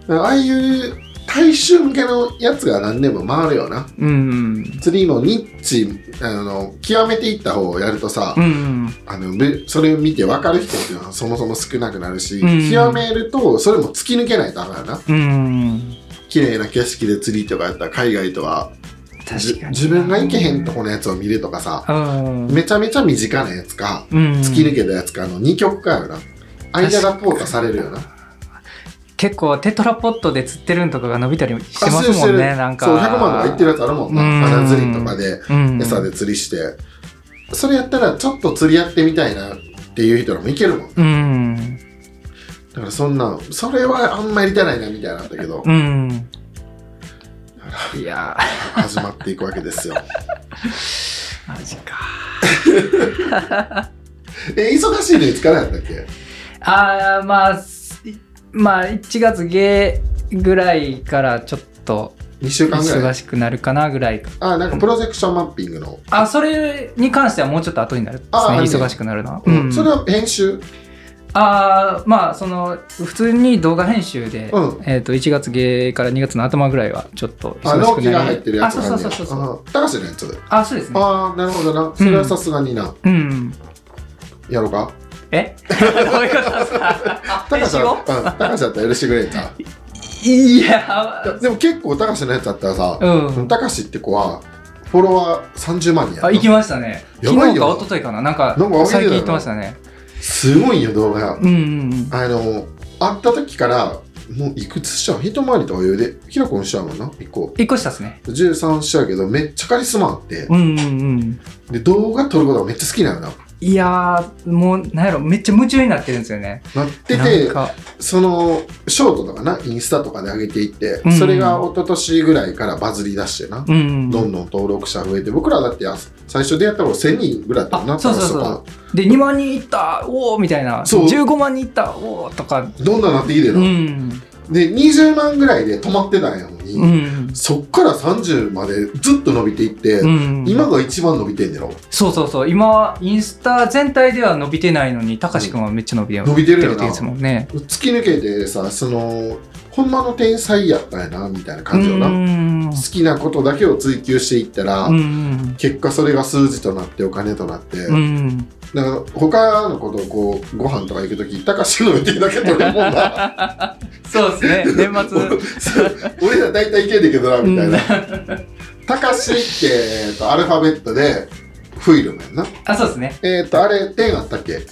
Speaker 2: ああいう大衆向けのやつが何年も回るよな
Speaker 1: うん
Speaker 2: 釣りもニッチあの極めていった方をやるとさ、
Speaker 1: うん
Speaker 2: あのべそれを見て分かる人っていうのはそもそも少なくなるし、
Speaker 1: うん
Speaker 2: 極めるとそれも突き抜けないとあかんよ
Speaker 1: う
Speaker 2: な
Speaker 1: ん
Speaker 2: 綺麗な景色で釣りとかやったら海外とはじ
Speaker 1: 確かに
Speaker 2: 自分が行けへんとこのやつを見るとかさ、
Speaker 1: うん
Speaker 2: めちゃめちゃ身近なやつか、
Speaker 1: うん
Speaker 2: 突き抜けたやつかの2極かよな間が淘汰されるよな
Speaker 1: 結構テトラポットで釣ってるんとかが伸びたりしてます
Speaker 2: あそ
Speaker 1: も
Speaker 2: うし
Speaker 1: ん
Speaker 2: てる
Speaker 1: ねなんか
Speaker 2: そう100万とか行ってるやつあるもんな
Speaker 1: うん
Speaker 2: 花釣りとかで
Speaker 1: うん
Speaker 2: 餌で釣りしてそれやったらちょっと釣りやってみたいなっていう人らもいけるもん
Speaker 1: うん
Speaker 2: だからそんなそれはあんまやりたないなみたいなんだけ ど
Speaker 1: うんいやー
Speaker 2: 始まっていくわけですよ
Speaker 1: マジか
Speaker 2: え忙しいのいつからやったっけ
Speaker 1: あーまあすまあ1月下ぐらいからちょっと
Speaker 2: 2週間ぐら
Speaker 1: 忙
Speaker 2: い
Speaker 1: しくなるかなぐらいか
Speaker 2: あなんかプロジェクションマッピングの、
Speaker 1: あそれに関してはもうちょっと後になるんですね
Speaker 2: あー
Speaker 1: 忙しくなるな、うん
Speaker 2: それは編集
Speaker 1: あーまあその普通に動画編集で、
Speaker 2: うん
Speaker 1: えー、と1月下から2月の頭ぐらいはちょっと
Speaker 2: あ
Speaker 1: 忙し
Speaker 2: 納
Speaker 1: く
Speaker 2: 期が
Speaker 1: な
Speaker 2: 入っ
Speaker 1: る
Speaker 2: てるやつ
Speaker 1: あそうそうそうそうそう
Speaker 2: う高橋のやつ
Speaker 1: あそうですね
Speaker 2: ああなるほどなそれはさすがにな、
Speaker 1: うん
Speaker 2: やろうか
Speaker 1: え どういうことですかあ
Speaker 2: 高
Speaker 1: 編
Speaker 2: 橋
Speaker 1: 集
Speaker 2: は
Speaker 1: を
Speaker 2: うん高橋だったら許してくれんちゃう
Speaker 1: いや
Speaker 2: いやでも結構高橋のやつだったらさ、
Speaker 1: うん
Speaker 2: 高橋って子はフォロワー30万人や
Speaker 1: あ行きましたね
Speaker 2: や
Speaker 1: 昨
Speaker 2: ばい
Speaker 1: 日
Speaker 2: よ
Speaker 1: か一昨日かななんか
Speaker 2: なんか
Speaker 1: 最近行ってましたね
Speaker 2: すごいよ動画
Speaker 1: うんうんうん
Speaker 2: あの会った時からもういくつしちゃう一回りとか余裕でひろこんしちゃうもんな1個
Speaker 1: 一個下ですね
Speaker 2: 13しちゃうけどめっちゃカリスマあって
Speaker 1: うんうんうん
Speaker 2: で動画撮ることがめっちゃ好きなのな
Speaker 1: いやー、もう、なんやろ、めっちゃ夢中になってるんですよね。
Speaker 2: なって
Speaker 1: なん
Speaker 2: て、
Speaker 1: か、
Speaker 2: その、ショートとかな、インスタとかで上げていって
Speaker 1: うん、
Speaker 2: それが一昨年ぐらいからバズり出してな、
Speaker 1: うん。
Speaker 2: どんどん登録者増えて、僕らだってあ最初でやったら1000人ぐらいだったな、
Speaker 1: あそうそうそう
Speaker 2: 友達と
Speaker 1: で、2万人いった、おおみたいな。
Speaker 2: そう
Speaker 1: 15万人いった、おおとか。
Speaker 2: かどんどんなってきて
Speaker 1: う
Speaker 2: な、
Speaker 1: ん。
Speaker 2: で、20万ぐらいで止まってたんやのに、
Speaker 1: うん。
Speaker 2: そっから30までずっと伸びていって、
Speaker 1: うん、
Speaker 2: 今が一番伸びてんねやろ
Speaker 1: そうそうそう今インスタ全体では伸びてないのにたかしくんはめっちゃ伸びてる
Speaker 2: 伸びてるよな
Speaker 1: ってですもんね
Speaker 2: 突き抜けてさそのほんまの天才やったんやなみたいな感じよな、
Speaker 1: う
Speaker 2: 好
Speaker 1: ん
Speaker 2: きなことだけを追求していったら、
Speaker 1: うん
Speaker 2: 結果それが数字となってお金となって、
Speaker 1: うん
Speaker 2: だから他のことをこうご飯とか行く時高志の予定だけ取れるも んな
Speaker 1: そうですね 年末
Speaker 2: 俺ら大体いけんだけどなみたいな
Speaker 1: う
Speaker 2: 高志って、えーとアルファベットでフィルムやんな
Speaker 1: あそうですね
Speaker 2: えっ、とあれ点あったっけ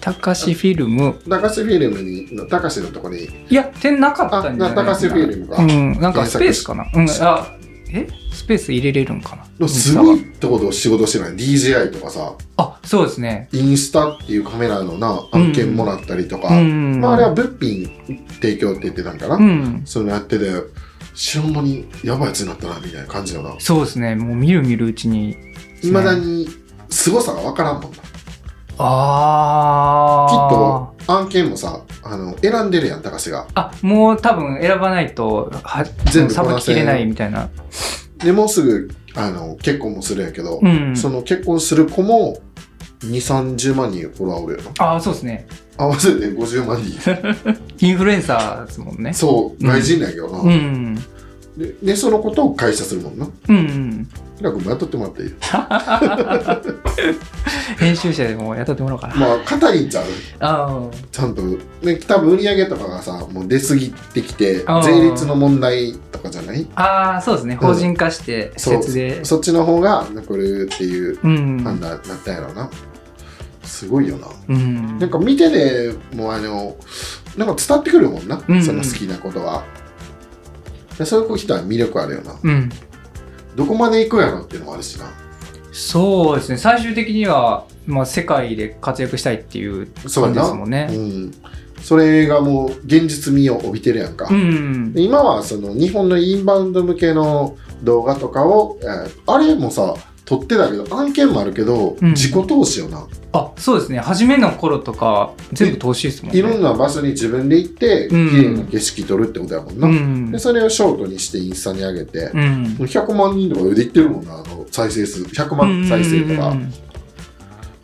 Speaker 1: たかしフィルム
Speaker 2: 高志フィルムにの高志のとこに
Speaker 1: いや点なかっ
Speaker 2: あ
Speaker 1: たんじゃな
Speaker 2: ない
Speaker 1: かな
Speaker 2: 高志フィルムが、
Speaker 1: うんなんかスペースかなうんあえスペース入れれるんか
Speaker 2: でも
Speaker 1: な
Speaker 2: すごいとことを仕事してない DJI とかさ
Speaker 1: あそうですね
Speaker 2: インスタっていうカメラのな案件もらったりとか、
Speaker 1: うん
Speaker 2: まあ、あれは物品提供って言ってたんかな、
Speaker 1: うん
Speaker 2: そういうのやってて知らん間にやばいやつになったなみたいな感じだな
Speaker 1: そうですねもう見る見るうちに
Speaker 2: いまだに凄さが分からんもんなきっ
Speaker 1: ああ
Speaker 2: と案件もさあの選んでるやん高橋が
Speaker 1: あもう多分選ばないとは
Speaker 2: 全部
Speaker 1: さばききれないみたいな、
Speaker 2: でもうすぐあの結婚もするんやけど、
Speaker 1: うん、
Speaker 2: その結婚する子も2 3 0万人フォロワーおるよな
Speaker 1: ああそうですね
Speaker 2: 合わせて50万人
Speaker 1: インフルエンサーですもんね
Speaker 2: そう外人なんやけどな、
Speaker 1: うん
Speaker 2: ででそのことを会社するもんな
Speaker 1: うんうん
Speaker 2: 平君も雇ってもらっていい
Speaker 1: 編集者でも雇ってもらおうかな
Speaker 2: まあ肩にちゃう
Speaker 1: あ
Speaker 2: ちゃんとね多分売り上げとかがさもう出過ぎてきて
Speaker 1: あー
Speaker 2: 税率の問題とかじゃない
Speaker 1: ああーそうですね法人化して施
Speaker 2: そう
Speaker 1: 設で
Speaker 2: そっちの方が残るっていう
Speaker 1: うん
Speaker 2: 判断になったんやろうなすごいよな
Speaker 1: うん
Speaker 2: なんか見てでもうあのなんか伝わってくるもんな、
Speaker 1: うんうん
Speaker 2: その好きなことはでそういう人は魅力あるよな
Speaker 1: うん
Speaker 2: どこまで行くやろっていうのもあるしな
Speaker 1: そうですね最終的には、まあ、世界で活躍したいっていう
Speaker 2: そう
Speaker 1: 感
Speaker 2: や
Speaker 1: じ
Speaker 2: な
Speaker 1: ですもんね
Speaker 2: うん、それがもう現実味を帯びてるやんか、
Speaker 1: うん
Speaker 2: で今はその日本のインバウンド向けの動画とかを、えーあれもさ撮ってたけど案件もあるけど、
Speaker 1: うん
Speaker 2: 自己投資よな
Speaker 1: あそうですね初めの頃とか全部投資ですもんね
Speaker 2: いろんな場所に自分で行って綺
Speaker 1: うん
Speaker 2: 麗な景色撮るってことやもんな、
Speaker 1: うん
Speaker 2: でそれをショートにしてインスタに上げて、
Speaker 1: うん
Speaker 2: 100万人とか上で行ってるもんなあの再生数100万再生とか、
Speaker 1: うんうん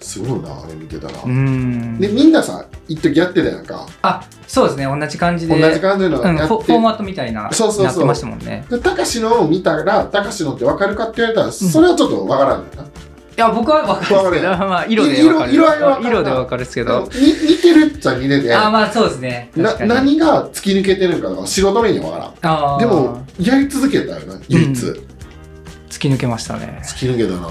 Speaker 2: すごいなあれ見てたら、
Speaker 1: うんうん
Speaker 2: でみんなさ一時やってたやんか
Speaker 1: あそうですね同じ感じ
Speaker 2: 同
Speaker 1: で
Speaker 2: じ感じの
Speaker 1: うん
Speaker 2: や
Speaker 1: フォ
Speaker 2: っ
Speaker 1: フォー
Speaker 2: て
Speaker 1: マットみたいな
Speaker 2: そうそうそう
Speaker 1: なってましたもんね
Speaker 2: でたかしのを見たらたかしのって分かるかって言われたらそれはちょっと分からんねんない
Speaker 1: や僕は分かるんですけど
Speaker 2: わ
Speaker 1: まあ色で分かる
Speaker 2: 色色合いはわかるな
Speaker 1: 色で分かるですけど
Speaker 2: に似てるっちゃ似てて
Speaker 1: あまあそうですね
Speaker 2: な
Speaker 1: 確かに
Speaker 2: 何が突き抜けてるのかが仕事目にはわか
Speaker 1: あ
Speaker 2: らん
Speaker 1: ー
Speaker 2: でもやり続けたよな唯一、
Speaker 1: う突き抜けましたね
Speaker 2: 突き抜けたな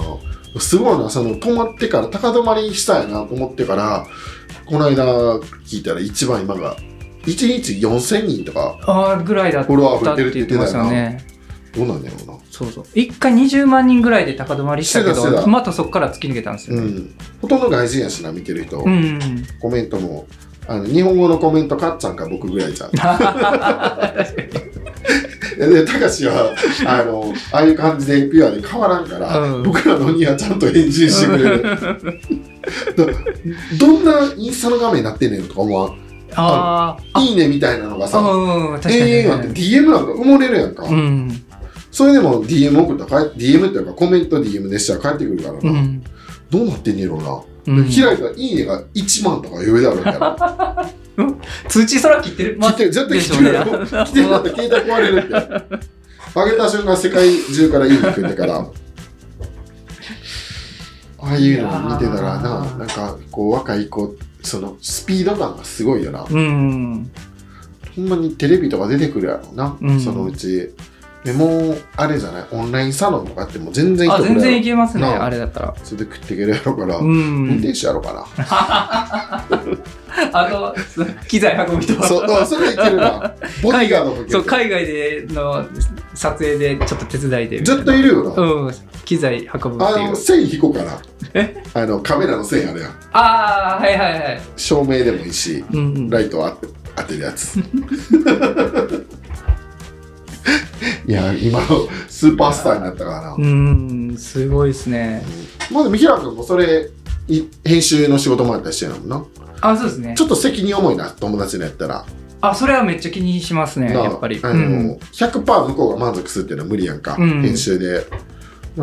Speaker 2: すごいなその止まってから高止まりしたやなと思ってからこの間聞いたら一番今が1日4000人とか
Speaker 1: ああぐらいだった
Speaker 2: フォロワー増
Speaker 1: っ
Speaker 2: え
Speaker 1: て
Speaker 2: てる
Speaker 1: 言
Speaker 2: って言
Speaker 1: っ
Speaker 2: ってて
Speaker 1: ま
Speaker 2: た
Speaker 1: したよ
Speaker 2: よな
Speaker 1: ね
Speaker 2: どうなんだろうな
Speaker 1: そうそう一回20万人ぐらいで高止まりしたけ
Speaker 2: してたして
Speaker 1: ど
Speaker 2: た
Speaker 1: またそこから突き抜けたんですよ
Speaker 2: う
Speaker 1: ね
Speaker 2: んほとんど外人やしな見てる人、
Speaker 1: うんうん
Speaker 2: コメントもあの日本語のコメントかっちゃんか僕ぐらい じゃんでたかしはあのああいう感じでピュアで変わらんから、
Speaker 1: うん
Speaker 2: 僕らのにはちゃんと返事して くれるだどんなインスタの画面になってんねんとか思わん
Speaker 1: あーあ
Speaker 2: いいねみたいなのがさ
Speaker 1: うんうん確かに
Speaker 2: 永遠あって DM なんか埋もれるやんか、
Speaker 1: うん
Speaker 2: それでも DM 送ったら帰 DM っていうかコメント DM でしたら返ってくるからな、
Speaker 1: うん
Speaker 2: どうなってんねやろ
Speaker 1: う
Speaker 2: な、
Speaker 1: ん
Speaker 2: 開いたら「いいね」が1万とか余裕であるみたいな
Speaker 1: 通知空切ってるまあ
Speaker 2: 来てる絶対来てるやろ
Speaker 1: で
Speaker 2: 来
Speaker 1: しょうね
Speaker 2: てるだって携帯壊れる って上げた瞬間世界中から「いいね」来るん だからああいうのを見てたら
Speaker 1: いや
Speaker 2: な
Speaker 1: ー
Speaker 2: なんかこう若い子そのスピード感がすごいよな
Speaker 1: うん
Speaker 2: ほんまにテレビとか出てくるやろな、
Speaker 1: うん
Speaker 2: そのうち。でもう、あれじゃない、オンラインサロンとかあっても全然
Speaker 1: あ
Speaker 2: 人
Speaker 1: 全然い
Speaker 2: け
Speaker 1: けますね
Speaker 2: なあ
Speaker 1: あれだったら
Speaker 2: それで食っていけるやろから、
Speaker 1: うん
Speaker 2: 運転手やろうかな。
Speaker 1: あと、機材運ぶ人は
Speaker 2: そう、あそれでいけるな。ボディーガードかけて
Speaker 1: そう、海外での撮影でちょっと手伝いでみたい
Speaker 2: ず
Speaker 1: な
Speaker 2: っといるよな。
Speaker 1: うん機材運ぶって
Speaker 2: あ
Speaker 1: いう
Speaker 2: の、線引こうかな。
Speaker 1: え
Speaker 2: あの、カメラの線あるやん。
Speaker 1: ああはいはいはい
Speaker 2: 照明でもいいし、
Speaker 1: うんうん
Speaker 2: ライトを当て当てる やつ。いや、今、スーパースターになったからな。
Speaker 1: うんすごいですね
Speaker 2: まあでも、平君もそれ、い編集の仕事もあったりしてるのもんな。
Speaker 1: あそうですね
Speaker 2: ちょっと責任重いな、友達のやったら。
Speaker 1: あそれはめっちゃ気にしますね
Speaker 2: なあ
Speaker 1: やっぱり
Speaker 2: あ
Speaker 1: う
Speaker 2: の、
Speaker 1: ん
Speaker 2: 100%向こうが満足するっていうのは無理やんか。
Speaker 1: うん
Speaker 2: 編集で。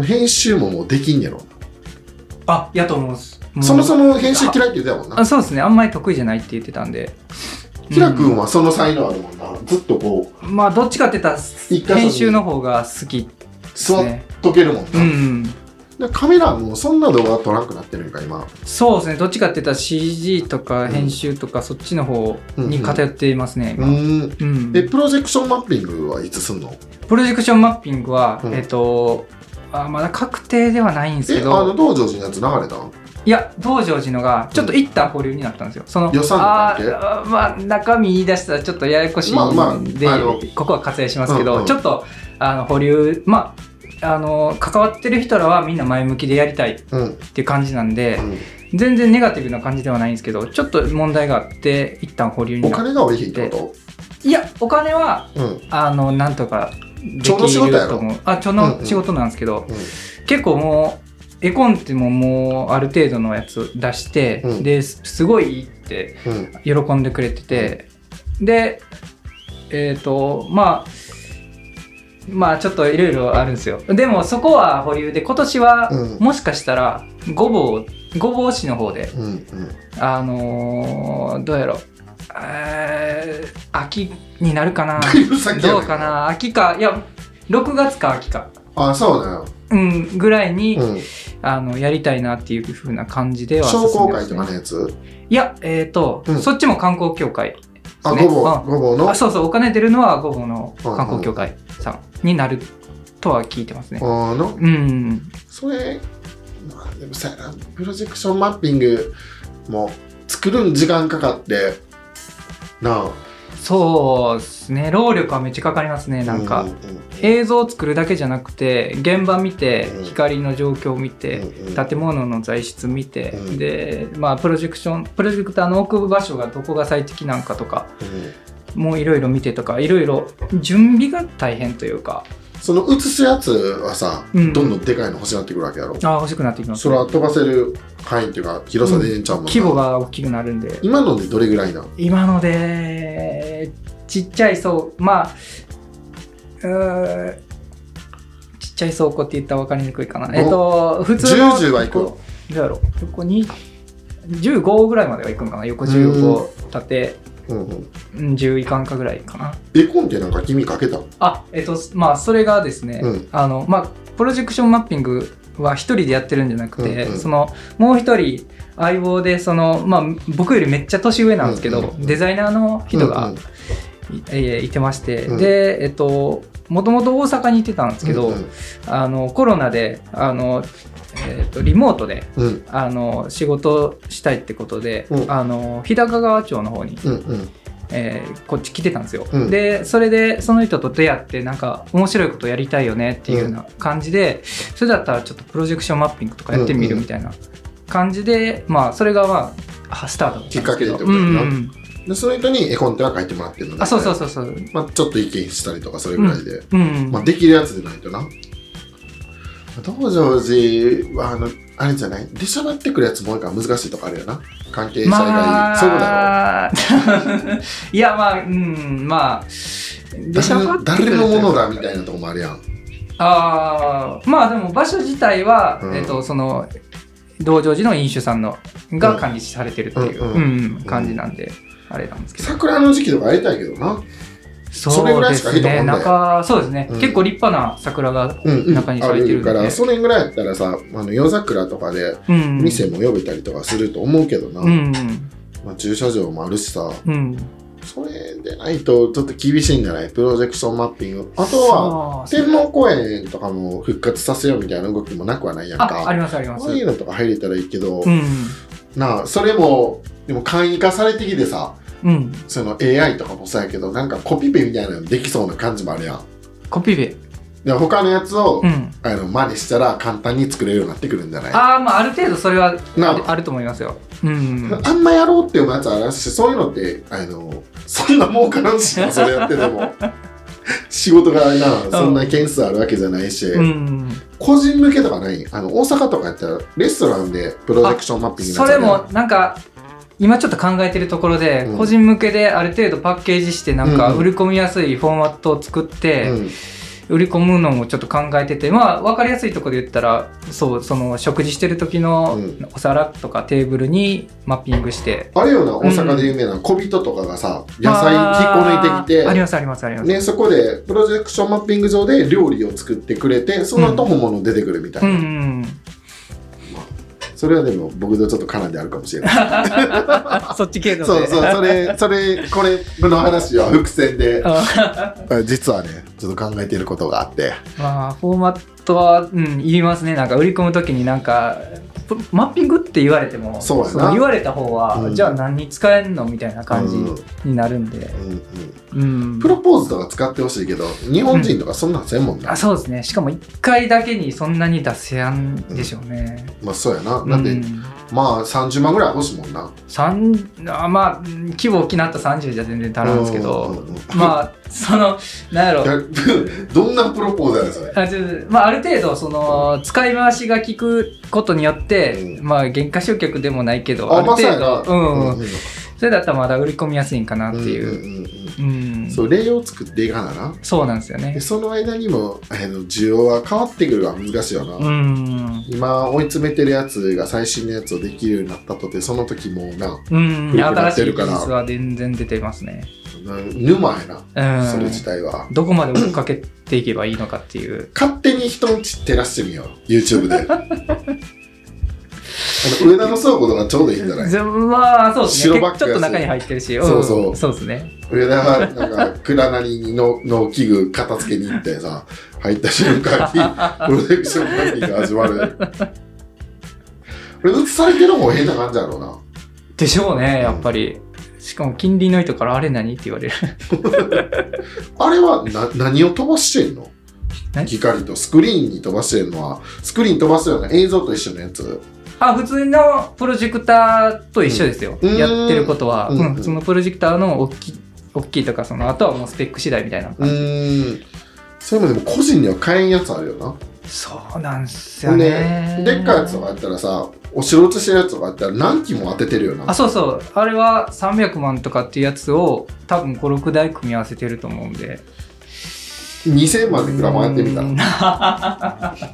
Speaker 2: 編集ももうできんやろ。
Speaker 1: あやと思うんですもう
Speaker 2: そもそも編集嫌いって言ってたもんな
Speaker 1: あ。そうですねあんまり得意じゃないって言ってたんで
Speaker 2: 平君はその才能あるもんな。ずっとこう、
Speaker 1: まあどっちかって言っ
Speaker 2: 一箇
Speaker 1: たら
Speaker 2: 所に
Speaker 1: 編集の方が好きです
Speaker 2: 座っ
Speaker 1: ね
Speaker 2: とけるも
Speaker 1: う
Speaker 2: んな。
Speaker 1: ん
Speaker 2: でカメラもそんな動画撮らんくなってるんか、今。
Speaker 1: そうですねどっちかって言ったら CG とか編集とかそっちの方に偏っていますね
Speaker 2: う
Speaker 1: 今
Speaker 2: ーん。
Speaker 1: うん
Speaker 2: え、プロジェクションマッピングはいつすんの
Speaker 1: プロジェクションマッピングは
Speaker 2: うん
Speaker 1: えっとあまだ確定ではないんですけ
Speaker 2: え、あ
Speaker 1: ど
Speaker 2: の、道場寺のやつ流れたん
Speaker 1: いや道成寺のがちょっと一旦保留になったんですよその
Speaker 2: 予算だ
Speaker 1: あ
Speaker 2: っけ
Speaker 1: ーあーまあ中身言い出したらちょっとややこしいんで、
Speaker 2: まあまああの
Speaker 1: ここは割愛しますけど、
Speaker 2: うんうん
Speaker 1: ちょっとあの保留まああの関わってる人らはみんな前向きでやりたいっ
Speaker 2: うん。
Speaker 1: ていう感じなんで
Speaker 2: うん
Speaker 1: 全然ネガティブな感じではないんですけどちょっと問題があって一旦保留に
Speaker 2: お
Speaker 1: なった
Speaker 2: 金が多いひんってこ
Speaker 1: いやお金は
Speaker 2: とうん。
Speaker 1: あのなんとかで
Speaker 2: ちょうど仕
Speaker 1: き
Speaker 2: 事
Speaker 1: る
Speaker 2: やろ
Speaker 1: と思うあちょうど仕事なんですけど、
Speaker 2: うん
Speaker 1: 結構もう絵コンテももうある程度のやつ出して、
Speaker 2: うん
Speaker 1: ですすごいいいって
Speaker 2: うん。
Speaker 1: 喜んでくれてて、でえっ、とまあまあちょっといろいろあるんですよでもそこは保留で今年は
Speaker 2: うん
Speaker 1: もしかしたらごぼうごぼう市の方で
Speaker 2: うん。うん。
Speaker 1: あのーどうやろえー秋になるかな
Speaker 2: 先や
Speaker 1: ど
Speaker 2: ね
Speaker 1: うかな秋かいや6月か秋か
Speaker 2: あ、そうだよ。
Speaker 1: うんぐらいに、
Speaker 2: うん。
Speaker 1: あのやりたいなっていう風な感じでは
Speaker 2: 商工会
Speaker 1: 進
Speaker 2: と
Speaker 1: んでま
Speaker 2: か
Speaker 1: す
Speaker 2: の
Speaker 1: ね
Speaker 2: やつ
Speaker 1: いやえっ、と、
Speaker 2: うん
Speaker 1: そっちも観光協会
Speaker 2: あ、
Speaker 1: ね
Speaker 2: ごぼ
Speaker 1: あ
Speaker 2: う、ごぼうの
Speaker 1: あそうそうお金出るのは午後の観光協会さんになるとは聞いてますね
Speaker 2: あの、
Speaker 1: うん
Speaker 2: それ、まあでもさやな、プロジェクションマッピングも作るん時間かかって、なあ。
Speaker 1: そうですね労力はめっちゃかかりますねなんか、
Speaker 2: うう
Speaker 1: 映像を作るだけじゃなくて現場見て
Speaker 2: うん
Speaker 1: 光の状況を見
Speaker 2: う
Speaker 1: て、
Speaker 2: んうん
Speaker 1: 建物の材質見て、
Speaker 2: うん
Speaker 1: でまあプロジェクションプロジェクターの置く場所がどこが最適なんかとか
Speaker 2: うん
Speaker 1: もういろいろ見てとかいろいろ準備が大変というか
Speaker 2: その映すやつはさ、
Speaker 1: うん
Speaker 2: どんどんでかいの欲しくなってくるわけやろ。
Speaker 1: あー欲しくなってきます
Speaker 2: それは飛ばせる範囲っていうか、広さでええんちゃうもんな
Speaker 1: 規模が大きくなるんで
Speaker 2: 今のでどれぐらいなの
Speaker 1: 今のでちっちゃい倉まあうーんちっちゃい倉庫って言ったら分かりにくいかな
Speaker 2: ご
Speaker 1: えっと普通の
Speaker 2: 10はいく
Speaker 1: どうやろう横に15ぐらいまではいくんかな横15縦
Speaker 2: うんうん。
Speaker 1: うん10以下かぐらいかな
Speaker 2: 絵コンテなんか君かけたの
Speaker 1: あえっとまあそれがですね、
Speaker 2: うん
Speaker 1: あのまあプロジェクションマッピングは一人でやってるんじゃなくて、
Speaker 2: うんうん
Speaker 1: そのもう一人相棒でその、まあ、僕よりめっちゃ年上なんですけど、
Speaker 2: うんうんうん
Speaker 1: デザイナーの人が、
Speaker 2: うんうん
Speaker 1: いえーいてまして、
Speaker 2: うん
Speaker 1: でえっともともと大阪にいてたんですけど、
Speaker 2: うん
Speaker 1: あのコロナであの、えっとリモートで
Speaker 2: うん
Speaker 1: あの仕事したいってことで、
Speaker 2: うん
Speaker 1: あの日高川町の方に
Speaker 2: うんうん
Speaker 1: えーこっち来てたんですよ、
Speaker 2: うん
Speaker 1: でそれでその人と出会ってなんか面白いことやりたいよねっていうような感じで、それだったらちょっとプロジェクションマッピングとかやってみるみたいな感じで、まあそれがまああスタートだったんですけど
Speaker 2: きっかけってことやな
Speaker 1: うんうん
Speaker 2: でその人に絵コンテは書いてもらってるので
Speaker 1: あそうそうそうそう
Speaker 2: まあ、ちょっと意見したりとかそれぐらいで、
Speaker 1: うん、
Speaker 2: まあ、できるやつでないとな道成寺はあのあれじゃない出しゃばってくるやつも多いから難しいとかあるよな関係者以外、
Speaker 1: まあ
Speaker 2: そういうことだろ
Speaker 1: いやまあうんまあ出しゃ
Speaker 2: 誰
Speaker 1: ばっ
Speaker 2: の
Speaker 1: てくる
Speaker 2: 誰のものだみたいなとこもあるやん
Speaker 1: ああまあでも場所自体は、
Speaker 2: うん
Speaker 1: えっとその道場寺の飲酒さんのが管理されてるっていう、
Speaker 2: うん
Speaker 1: う
Speaker 2: うん
Speaker 1: ん感じなんで、あれなんですけど
Speaker 2: 桜の時期とかやりたいけどな
Speaker 1: そう
Speaker 2: れぐらい
Speaker 1: で
Speaker 2: しか
Speaker 1: す
Speaker 2: いいと思う
Speaker 1: ね
Speaker 2: んだよ
Speaker 1: 中そうですね、
Speaker 2: うん
Speaker 1: 結構立派な桜が
Speaker 2: うんうん
Speaker 1: 中に
Speaker 2: あ
Speaker 1: 咲いてる
Speaker 2: る
Speaker 1: んで
Speaker 2: からそれぐらいやったらさあの夜桜とかで
Speaker 1: うん
Speaker 2: 店も呼べたりとかすると思うけどな、
Speaker 1: うん
Speaker 2: まあ、駐車場もあるしさ
Speaker 1: うん
Speaker 2: それでないとちょっと厳しいんじゃないプロジェクションマッピングあとは
Speaker 1: は
Speaker 2: 天皇公園とかも復活させようみたいな動きもなくはないやん
Speaker 1: ああ
Speaker 2: か。
Speaker 1: りますあります
Speaker 2: そういうのとか入れたらいいけど、
Speaker 1: うん
Speaker 2: なあ、それも、でも簡易化されてきてさ、
Speaker 1: うん
Speaker 2: その AI とかもそうやけど、なんかコピペみたいなのできそうな感じもあるやん。
Speaker 1: コピペ。
Speaker 2: で他のやつを、
Speaker 1: うん。
Speaker 2: あの真似したら簡単に作れるようになってくるんじゃないあ
Speaker 1: ああ、まあ、ある程度それはあ
Speaker 2: なあ
Speaker 1: るあると思いますよ。うん。
Speaker 2: んまやろうっていうやつはあるしそういうのってあのそんな儲からんしなそれやって ても仕事がなそんな件数あるわけじゃないし、
Speaker 1: うん。
Speaker 2: 個人向けとかないあの大阪とかやったらレストランでプロジェクションマッピング
Speaker 1: それもなんか今ちょっと考えてるところで、
Speaker 2: うん
Speaker 1: 個人向けである程度パッケージしてなんか
Speaker 2: うん
Speaker 1: 売り込みやすいフォーマットを作って、
Speaker 2: うん、
Speaker 1: 売り込むのもちょっと考えててまあ分かりやすいところで言ったらそうその食事してる時の
Speaker 2: うん
Speaker 1: お皿とかテーブルにマッピングして、
Speaker 2: あれよな
Speaker 1: うん
Speaker 2: 大阪で有名な小人とかがさ、野菜引っこ抜いて
Speaker 1: あーあり
Speaker 2: き
Speaker 1: ますありますありま
Speaker 2: て、
Speaker 1: す、
Speaker 2: ね、そこでプロジェクションマッピング上で料理を作ってくれてその後本物出てくるみたい
Speaker 1: うん
Speaker 2: な、
Speaker 1: うんうん
Speaker 2: それはでも僕とちょっと絡んであるかもしれない
Speaker 1: あそっち系の
Speaker 2: そうそうそれそれこれこの話は伏線で
Speaker 1: あ
Speaker 2: あ実はねちょっと考えていることがあって
Speaker 1: まあフォーマットは、うん、言いますねなんか売り込む時になんかプマッピングって言われても
Speaker 2: そうやな
Speaker 1: 言われた方は、
Speaker 2: うん
Speaker 1: じゃあ何に使えんのみたいな感
Speaker 2: うん
Speaker 1: じになるんで、
Speaker 2: うんうん、
Speaker 1: うん
Speaker 2: プロポーズとか使ってほしいけど日本人とかそんなんせんもんな、
Speaker 1: あそうですねしかも1回だけにそんなに出せやんでしょうね、
Speaker 2: まあそうやな
Speaker 1: うん、
Speaker 2: だって、まあ30万ぐらい欲しいもんな
Speaker 1: 三あまあうん規模大きなった30じゃ全然足らんですけ
Speaker 2: うんう
Speaker 1: ど
Speaker 2: ん うん
Speaker 1: まあそのなんやろ
Speaker 2: いやどんなプロポーズやねんそれ
Speaker 1: あちょっとまあ、ある程度その使い回しが効くことによって、
Speaker 2: う
Speaker 1: まあ減価償却でもないけどあ
Speaker 2: あ
Speaker 1: る
Speaker 2: ま
Speaker 1: 程
Speaker 2: さや
Speaker 1: 度
Speaker 2: な、
Speaker 1: うん
Speaker 2: うん
Speaker 1: それだったらまだ売り込みやすいんかなっていう、
Speaker 2: んんうん
Speaker 1: うん
Speaker 2: うん
Speaker 1: そ
Speaker 2: そうう例を作っていかなな
Speaker 1: なんですよね
Speaker 2: でその間にもあの需要は変わってくるが難しいよな、
Speaker 1: うん
Speaker 2: 今追い詰めてるやつが最新のやつをできるようになったとてその時もうな
Speaker 1: うん
Speaker 2: 古く
Speaker 1: 新
Speaker 2: なって
Speaker 1: しい
Speaker 2: るか
Speaker 1: 技
Speaker 2: ら
Speaker 1: 術は全然出てますね
Speaker 2: な沼やな、
Speaker 1: うん
Speaker 2: それ自体は
Speaker 1: どこまで追っかけていけばいいのかっていう
Speaker 2: 勝手に人んち照らしてみよう YouTube であの上田の倉庫とかちょうどいいんじゃない
Speaker 1: じゃまあそうですね
Speaker 2: 白バッグ
Speaker 1: ちょっと中
Speaker 2: 安い
Speaker 1: に入ってるし
Speaker 2: そうそうん
Speaker 1: そうですね
Speaker 2: 上田がなんか蔵なりにの農機具片付けに行ってさ入った瞬間にプロジェクションパーティーが始まる俺映されてる方変な感じやろうな
Speaker 1: でしょうねやっぱり、しかも近隣の人から「あれ何?」って言われる
Speaker 2: あれはな何を飛ばしてんの
Speaker 1: 何
Speaker 2: 光とスクリーンに飛ばしてんのはスクリーン飛ばすような映像と一緒のやつ
Speaker 1: あ普通のプロジェクターと一緒ですよ、
Speaker 2: うん
Speaker 1: やってることは、
Speaker 2: う
Speaker 1: うんん普通のプロジェクターの大きい大きいとかそのあとはもうスペック次第みたいな
Speaker 2: うーんそれもでも個人には買えんやつあるよな
Speaker 1: そうなんす
Speaker 2: ほ
Speaker 1: よ
Speaker 2: んで
Speaker 1: ね。
Speaker 2: でっかいやつとかやったらさお城写してるやつとかやったら何機も当ててるよ
Speaker 1: あ
Speaker 2: な
Speaker 1: そうそうあれは300万とかっていうやつを多分56台組み合わせてると思うんで
Speaker 2: 2000万でグラマーやってみたら
Speaker 1: うん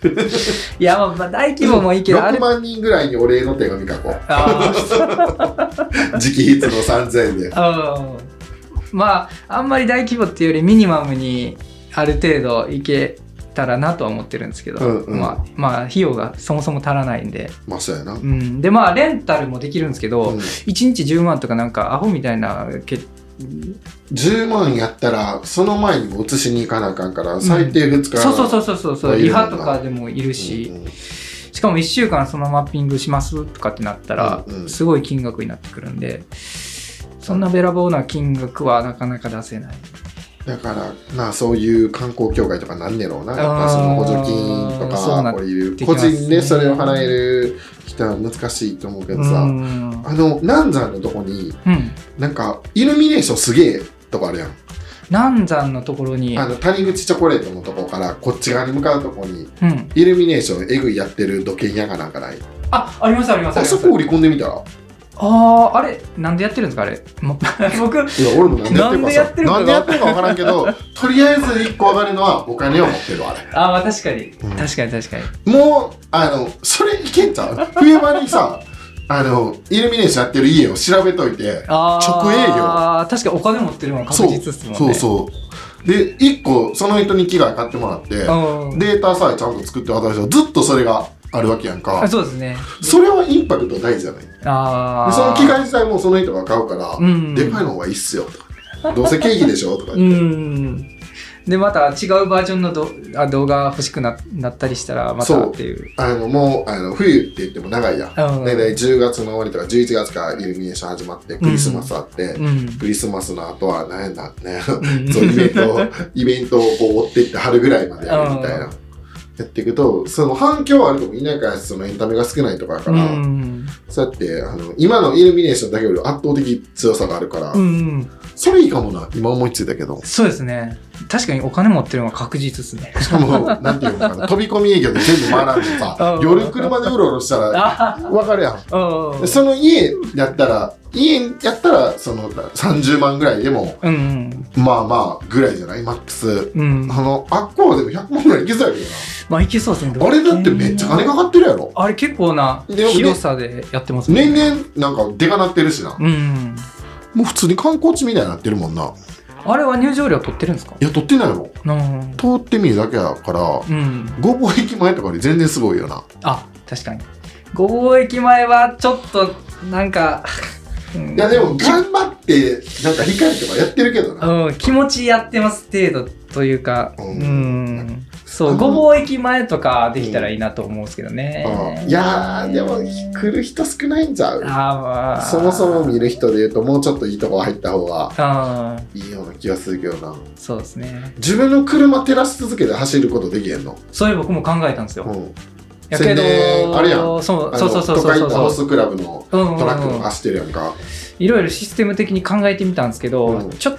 Speaker 1: いやまあまあ大規模もいいけどあ
Speaker 2: 6
Speaker 1: れ
Speaker 2: 万人ぐらいにお礼の手紙書こう
Speaker 1: あー
Speaker 2: 直筆の3000円で
Speaker 1: あーまああんまり大規模っていうよりミニマムにある程度いけたらなとは思ってるんですけど、
Speaker 2: うんうん
Speaker 1: まあまあ費用がそもそも足らないんで、
Speaker 2: まあそうやな、う
Speaker 1: うん、でまあレンタルもできるんですけど、
Speaker 2: ん
Speaker 1: 1日10万とかなんかアホみたいなけ
Speaker 2: 10万やったらその前にも写しに行かなあかんから最低2日、
Speaker 1: そうそうそうそうそうそ
Speaker 2: あ
Speaker 1: う
Speaker 2: いる
Speaker 1: リ
Speaker 2: もんな
Speaker 1: ハとかでもいるし、
Speaker 2: うんうん
Speaker 1: しかも1週間そのマッピングしますとかってなったら、
Speaker 2: うんうん
Speaker 1: すごい金額になってくるんでそんなべらぼうな金額はなかなか出せない
Speaker 2: だからなあそういう観光協会とかなんねやろうなやっぱその補助金と
Speaker 1: そうな
Speaker 2: か
Speaker 1: っ
Speaker 2: こういう
Speaker 1: てき
Speaker 2: 個
Speaker 1: ますね
Speaker 2: 人でそれを払える人は難しいと思うけど
Speaker 1: う
Speaker 2: さ、
Speaker 1: ん、うん
Speaker 2: あの南山のとこになんかイルミネーションすげえとかあるやん
Speaker 1: 南山のところに
Speaker 2: あの谷口チョコレートのとこからこっち側に向かうとこに
Speaker 1: うん、
Speaker 2: イルミネーションえぐいやってる時計屋がなんかない
Speaker 1: あありますありますあ
Speaker 2: あ
Speaker 1: りま
Speaker 2: そ
Speaker 1: す
Speaker 2: こ折り込んでみたら
Speaker 1: あーあれなんでやってるんですかあれ も僕
Speaker 2: いや俺もなんでやってる
Speaker 1: な
Speaker 2: かさ
Speaker 1: んで
Speaker 2: んで
Speaker 1: や
Speaker 2: や
Speaker 1: っ
Speaker 2: ってるか分からんけどとりあえず一個上がるのはお金を持ってるわあれ
Speaker 1: あーまあ確かに
Speaker 2: ん
Speaker 1: 確かに確かに
Speaker 2: もうあのそれいけんちゃう冬場 にさあのイルミネーションやってる家を調べといて
Speaker 1: あー
Speaker 2: 直営
Speaker 1: 確かにお金持ってるのは確実っすもんね
Speaker 2: そうそうで1個その人に機械買ってもらって
Speaker 1: うん
Speaker 2: データさえちゃんと作って渡したらずっとそれがあるわけやんか
Speaker 1: あそうですね
Speaker 2: それはインパクト大事じゃないで
Speaker 1: ああ
Speaker 2: その機械自体もその人が買うから、
Speaker 1: うん
Speaker 2: でかいの方がいいっすよとかどうせ経費でしょとか、
Speaker 1: うんでまた違うバージョンのどあ動画欲しくななったりしたらまたっていう
Speaker 2: あのもうあの冬って言っても長いや、
Speaker 1: うん
Speaker 2: 大体10月の終わりとか11月からイルミネーション始まってクリスマスあって、
Speaker 1: うん
Speaker 2: クリスマスの後は何やなね、
Speaker 1: ん
Speaker 2: そうイベント、イベントをこう追っていって春ぐらいまでやるみたいな
Speaker 1: うん。
Speaker 2: やっていくと、その反響はあるともいないから、そのエンタメが少ないとかだから、
Speaker 1: うん
Speaker 2: そうやって、あの、今のイルミネーションだけより圧倒的強さがあるから、
Speaker 1: うん
Speaker 2: それいいかもな、今思いついたけど。
Speaker 1: そうですね確かにお金持ってるのは確実ですね
Speaker 2: し かも、なんていうのかな、飛び込み営業で全部回らんでさ
Speaker 1: う、ん
Speaker 2: 夜車でうろうろしたら、
Speaker 1: あ
Speaker 2: わかるやん。
Speaker 1: うん
Speaker 2: その家やったら、家やったら、その30万ぐらいでも、
Speaker 1: うん
Speaker 2: まあまあぐらいじゃないマックス。
Speaker 1: うん
Speaker 2: あの、あっこまでも100万ぐらいいけそうやけ
Speaker 1: まあいけそうですね
Speaker 2: どな。あれだってめっちゃ金かかってるやろ。
Speaker 1: あれ結構な
Speaker 2: でもね
Speaker 1: 広さでやってます
Speaker 2: 年々なんかでかなってるしな。
Speaker 1: うん
Speaker 2: もう普通に観光地みたいになってるもんな。
Speaker 1: あれは入場料取ってるんですか
Speaker 2: いや、撮ってないもん。
Speaker 1: うん
Speaker 2: 通ってみるだけやから、
Speaker 1: うん
Speaker 2: ごぼう駅前とかより全然すごいよな。
Speaker 1: あ確かに五合駅前はちょっとなんか、うん
Speaker 2: いや、でも頑張って、なんか光とかやってるけどな。
Speaker 1: うん、気持ちやってます程度というか、
Speaker 2: う
Speaker 1: うんん、
Speaker 2: あ
Speaker 1: そう、
Speaker 2: の
Speaker 1: ごぼう駅前とかできたらいいなと思うんですけどね。
Speaker 2: うんいやー、でも来る人少ないんちゃ
Speaker 1: あー、
Speaker 2: う
Speaker 1: まあ、
Speaker 2: そもそも見る人で言うと、もうちょっといいとこ入った方が
Speaker 1: あ
Speaker 2: いいような気がするけどな。
Speaker 1: ーそうですね。
Speaker 2: 自分の車照らし続けて走ることできへんの。
Speaker 1: そういえば僕も考えたんですよ。
Speaker 2: うん
Speaker 1: やけど
Speaker 2: それで、あれやん
Speaker 1: そうそ
Speaker 2: あの
Speaker 1: うそうそう
Speaker 2: 都会
Speaker 1: そう
Speaker 2: のホー
Speaker 1: そう。
Speaker 2: スクラブの
Speaker 1: うんうん
Speaker 2: トラックと
Speaker 1: う
Speaker 2: か
Speaker 1: ん、
Speaker 2: 走ってるやんか、
Speaker 1: いろいろシステム的に考えてみたんですけど、
Speaker 2: うん
Speaker 1: ちょっ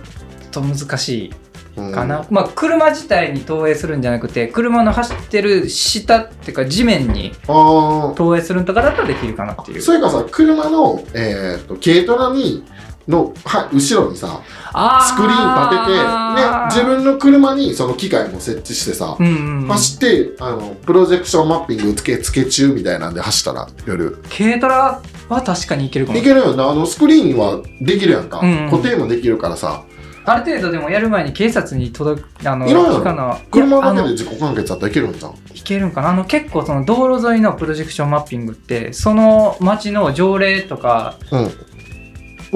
Speaker 1: と難しい
Speaker 2: うん
Speaker 1: かな、まあ車自体に投影するんじゃなくて車の走ってる下っていうか地面に
Speaker 2: あ
Speaker 1: 投影するんとかだったらできるかなってい
Speaker 2: ー
Speaker 1: う
Speaker 2: それかさ車の、えー、と軽トラにのは後ろにさ
Speaker 1: あ
Speaker 2: スクリーン立てて、ね、自分の車にその機械も設置してさ、
Speaker 1: 分、うんうん、
Speaker 2: 走ってあのプロジェクションマッピングつけつけ中みたいなんで走ったら夜
Speaker 1: 軽トラは確かにいけるかも
Speaker 2: いけるよなあのスクリーンはできるやんか、
Speaker 1: うんうん
Speaker 2: 固定もできるからさ
Speaker 1: ある程度でもやる前に警察に届くあの
Speaker 2: いろいろ
Speaker 1: 聞かな
Speaker 2: 車
Speaker 1: いやあ
Speaker 2: だけで
Speaker 1: の
Speaker 2: 自己完結だったらいけるんじゃん
Speaker 1: いけるんかなあの結構その道路沿いのプロジェクションマッピングってその町の条例とか
Speaker 2: うん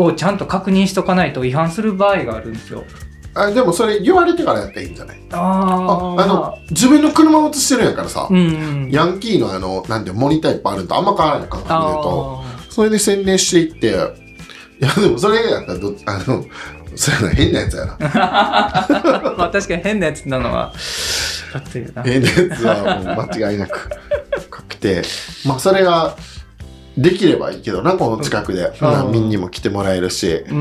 Speaker 1: をちゃんと確認しとかないと違反する場合があるんですよ
Speaker 2: あでもそれ言われてからやったらいいんじゃない
Speaker 1: あ
Speaker 2: あ
Speaker 1: あ
Speaker 2: あの自分の車を映してるんやからさ、
Speaker 1: うんうん
Speaker 2: ヤンキーのあの、なんていうのモニターいっぱいあるのとあんま変わらない感覚で言うと、
Speaker 1: あー
Speaker 2: それで宣伝していって、いや、でもそれやったらどっち、あの、そうやな、変なやつやな。
Speaker 1: まあ確かに変なやつなのはだっていうな
Speaker 2: 変なやつはもう間違いなく確定。まあ、それができればいいけどな、この近く
Speaker 1: う
Speaker 2: で。
Speaker 1: ん
Speaker 2: 難民にも来てもらえるし、
Speaker 1: うん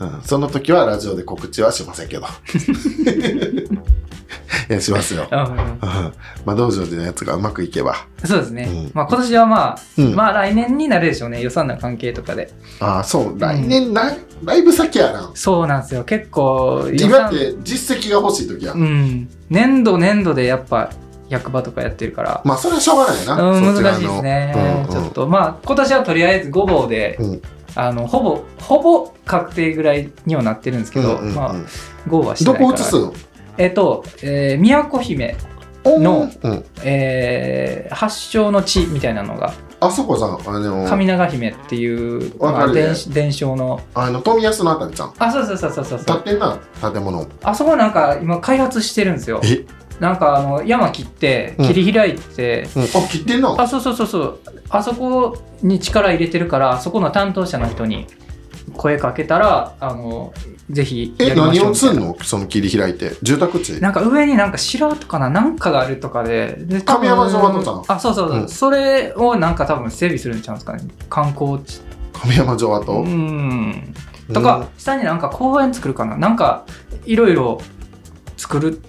Speaker 2: うん、その時はラジオで告知はしませんけど。 いや、しますよ。
Speaker 1: あ
Speaker 2: うんまあ、道場でのやつがうまくいけば。
Speaker 1: そうですね、
Speaker 2: うん
Speaker 1: まあ今年はまあ、
Speaker 2: うん
Speaker 1: まあ来年になるでしょうね予算の関係とかで
Speaker 2: ああ、そう、来年ライ、ライブ先やな。
Speaker 1: そうなんですよ結構予
Speaker 2: 今
Speaker 1: 算
Speaker 2: って実績が欲しい時や、
Speaker 1: うん年度年度でやっぱ役場とかやってるから、
Speaker 2: まあそれはしょうがないな、
Speaker 1: うん、
Speaker 2: そちら
Speaker 1: 難しい
Speaker 2: の
Speaker 1: ですね、
Speaker 2: うんうん
Speaker 1: ちょっとまあ今年はとりあえずごぼうで、
Speaker 2: うん
Speaker 1: あのほぼほぼ確定ぐらいにはなってるんですけど、
Speaker 2: うんうんうん
Speaker 1: まあ5はして
Speaker 2: ど
Speaker 1: ないから
Speaker 2: こ映すの
Speaker 1: えっ、と、えー、宮古姫の、
Speaker 2: うん、
Speaker 1: えー発祥の地みたいなのが
Speaker 2: あそこさあの
Speaker 1: 神長姫っていう、
Speaker 2: わか
Speaker 1: ま
Speaker 2: る
Speaker 1: あ、
Speaker 2: ね
Speaker 1: 伝伝承の
Speaker 2: あの富安のあたりちゃん
Speaker 1: あそうそうそうそうそうそ
Speaker 2: 建っ
Speaker 1: う
Speaker 2: てんな建物
Speaker 1: あそこなんか今開発してるんですよ
Speaker 2: え、
Speaker 1: なんかあの山切って
Speaker 2: うん
Speaker 1: 切り開いて、
Speaker 2: うん、あ切ってんな
Speaker 1: あそうそうそうそうあそこに力入れてるからあそこの担当者の人に声かけたらあのぜひ
Speaker 2: え
Speaker 1: やりま
Speaker 2: 何
Speaker 1: しょう
Speaker 2: を
Speaker 1: みた
Speaker 2: す
Speaker 1: い
Speaker 2: ん
Speaker 1: な
Speaker 2: のその切り開いて住宅地
Speaker 1: なんか上になんか城とかななんかがあるとかでで多分
Speaker 2: 神山城跡ちゃん
Speaker 1: あそうそうそう、
Speaker 2: うん
Speaker 1: それをなんか多分整備するんちゃうんですかね観光地
Speaker 2: 神山城跡、
Speaker 1: うんとか、下になんか公園作るかななんかいろいろ作る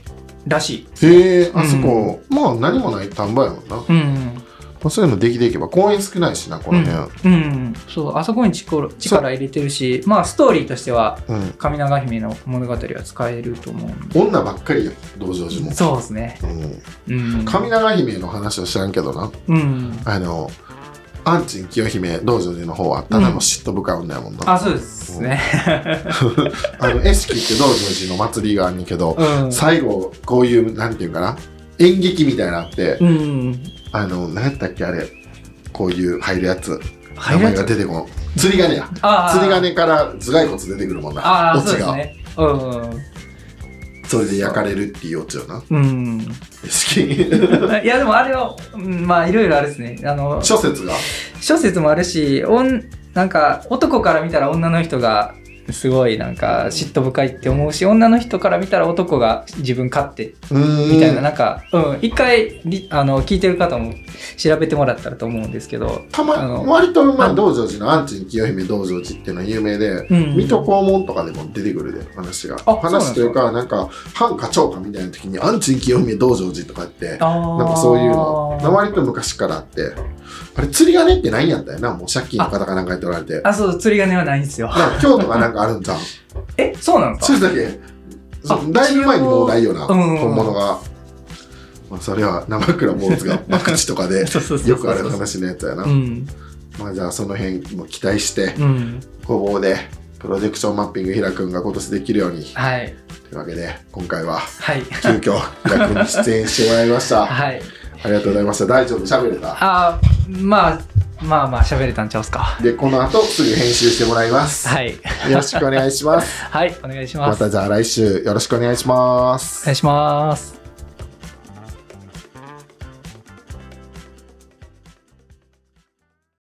Speaker 1: らしい
Speaker 2: うんへえあそこ、まあ何もない田んぼやもんな、ま
Speaker 1: うん
Speaker 2: あ、そういうのできていけば公園少ないしなこの辺
Speaker 1: うん、うん、そうあそこに力力入れてるしまあストーリーとしては
Speaker 2: うん、
Speaker 1: 神長姫の物語は使えると思うんで
Speaker 2: 女ばっかりや道場寺も
Speaker 1: そうですね
Speaker 2: うん、
Speaker 1: うん
Speaker 2: 神長姫の話は知らんけどな
Speaker 1: うん
Speaker 2: あのアンチン清姫道場寺の方はただの嫉妬深い女やもんな、
Speaker 1: あそうですね
Speaker 2: あの、エシキって道成寺の祭りがあんねんけど、
Speaker 1: うん
Speaker 2: 最後、こういう、なんていうんかな、演劇みたいなのあって、
Speaker 1: うん
Speaker 2: あの、何やったっけ、あれ、こういう入るやつ、名
Speaker 1: 入ら
Speaker 2: 前
Speaker 1: ん
Speaker 2: が
Speaker 1: と
Speaker 2: 出てこん。釣り鐘や。
Speaker 1: あー
Speaker 2: 釣り鐘から頭蓋骨出てくるもんな。
Speaker 1: あ
Speaker 2: オ
Speaker 1: あそう
Speaker 2: チ
Speaker 1: です
Speaker 2: が。
Speaker 1: ねうん
Speaker 2: それで焼かれるっていうやつよな。
Speaker 1: うん。
Speaker 2: 資金。
Speaker 1: いや、でもあれは、うんまあ、いろいろあれですね。あの、
Speaker 2: 諸説が。
Speaker 1: 諸説もあるし、おんなんか、男から見たら女の人が、すごいなんか嫉妬深いって思うし女の人から見たら男が自分勝ってみ
Speaker 2: み
Speaker 1: たいな、なんか、うん、一回りあの聞いてる方も調べてもらったらと思うんですけど、
Speaker 2: たま
Speaker 1: あの
Speaker 2: 割と、ま
Speaker 1: あ
Speaker 2: あ、道成寺のアンチに清姫道成寺っていうのは有名で、
Speaker 1: うん
Speaker 2: 水戸黄門とかでも出てくるで話が
Speaker 1: あ
Speaker 2: 話というかなんか反課長かみたいな時にアンチに清姫道成寺とかって
Speaker 1: な
Speaker 2: なんかそういうの割と昔からあってあれ釣り金ってないんやったよなもう借金の方かなんかに取られて
Speaker 1: あ、そう、釣り鐘はないんですよ。
Speaker 2: なんか京都がなんかあ るんじゃん
Speaker 1: え、そうなんです
Speaker 2: そ
Speaker 1: か
Speaker 2: れだけ
Speaker 1: あ
Speaker 2: そうだいぶ前にもうないよな
Speaker 1: 一応うん
Speaker 2: 本物が、まあ、それは生倉坊 主が博打とかで
Speaker 1: そうそうそうそう
Speaker 2: よくある話のやつやな
Speaker 1: うん。
Speaker 2: まあじゃあその辺も期待して
Speaker 1: うん。
Speaker 2: 工房でプロジェクションマッピングひらくんが今年できるように
Speaker 1: はい。
Speaker 2: というわけで今回は
Speaker 1: はい。
Speaker 2: 急遽ひらくんに出演してもらいましたあ
Speaker 1: はい。
Speaker 2: りがとうございました大丈夫喋れた
Speaker 1: あー、まあ、まあまあ、喋れたんちゃうっすか。
Speaker 2: でこの後すぐ編集してもらいます、
Speaker 1: はい。
Speaker 2: よ ろしくお願いします
Speaker 1: はい、お願いしま。
Speaker 2: ます
Speaker 1: お
Speaker 2: たじゃあ来週よろしくお願いします
Speaker 1: 願いします。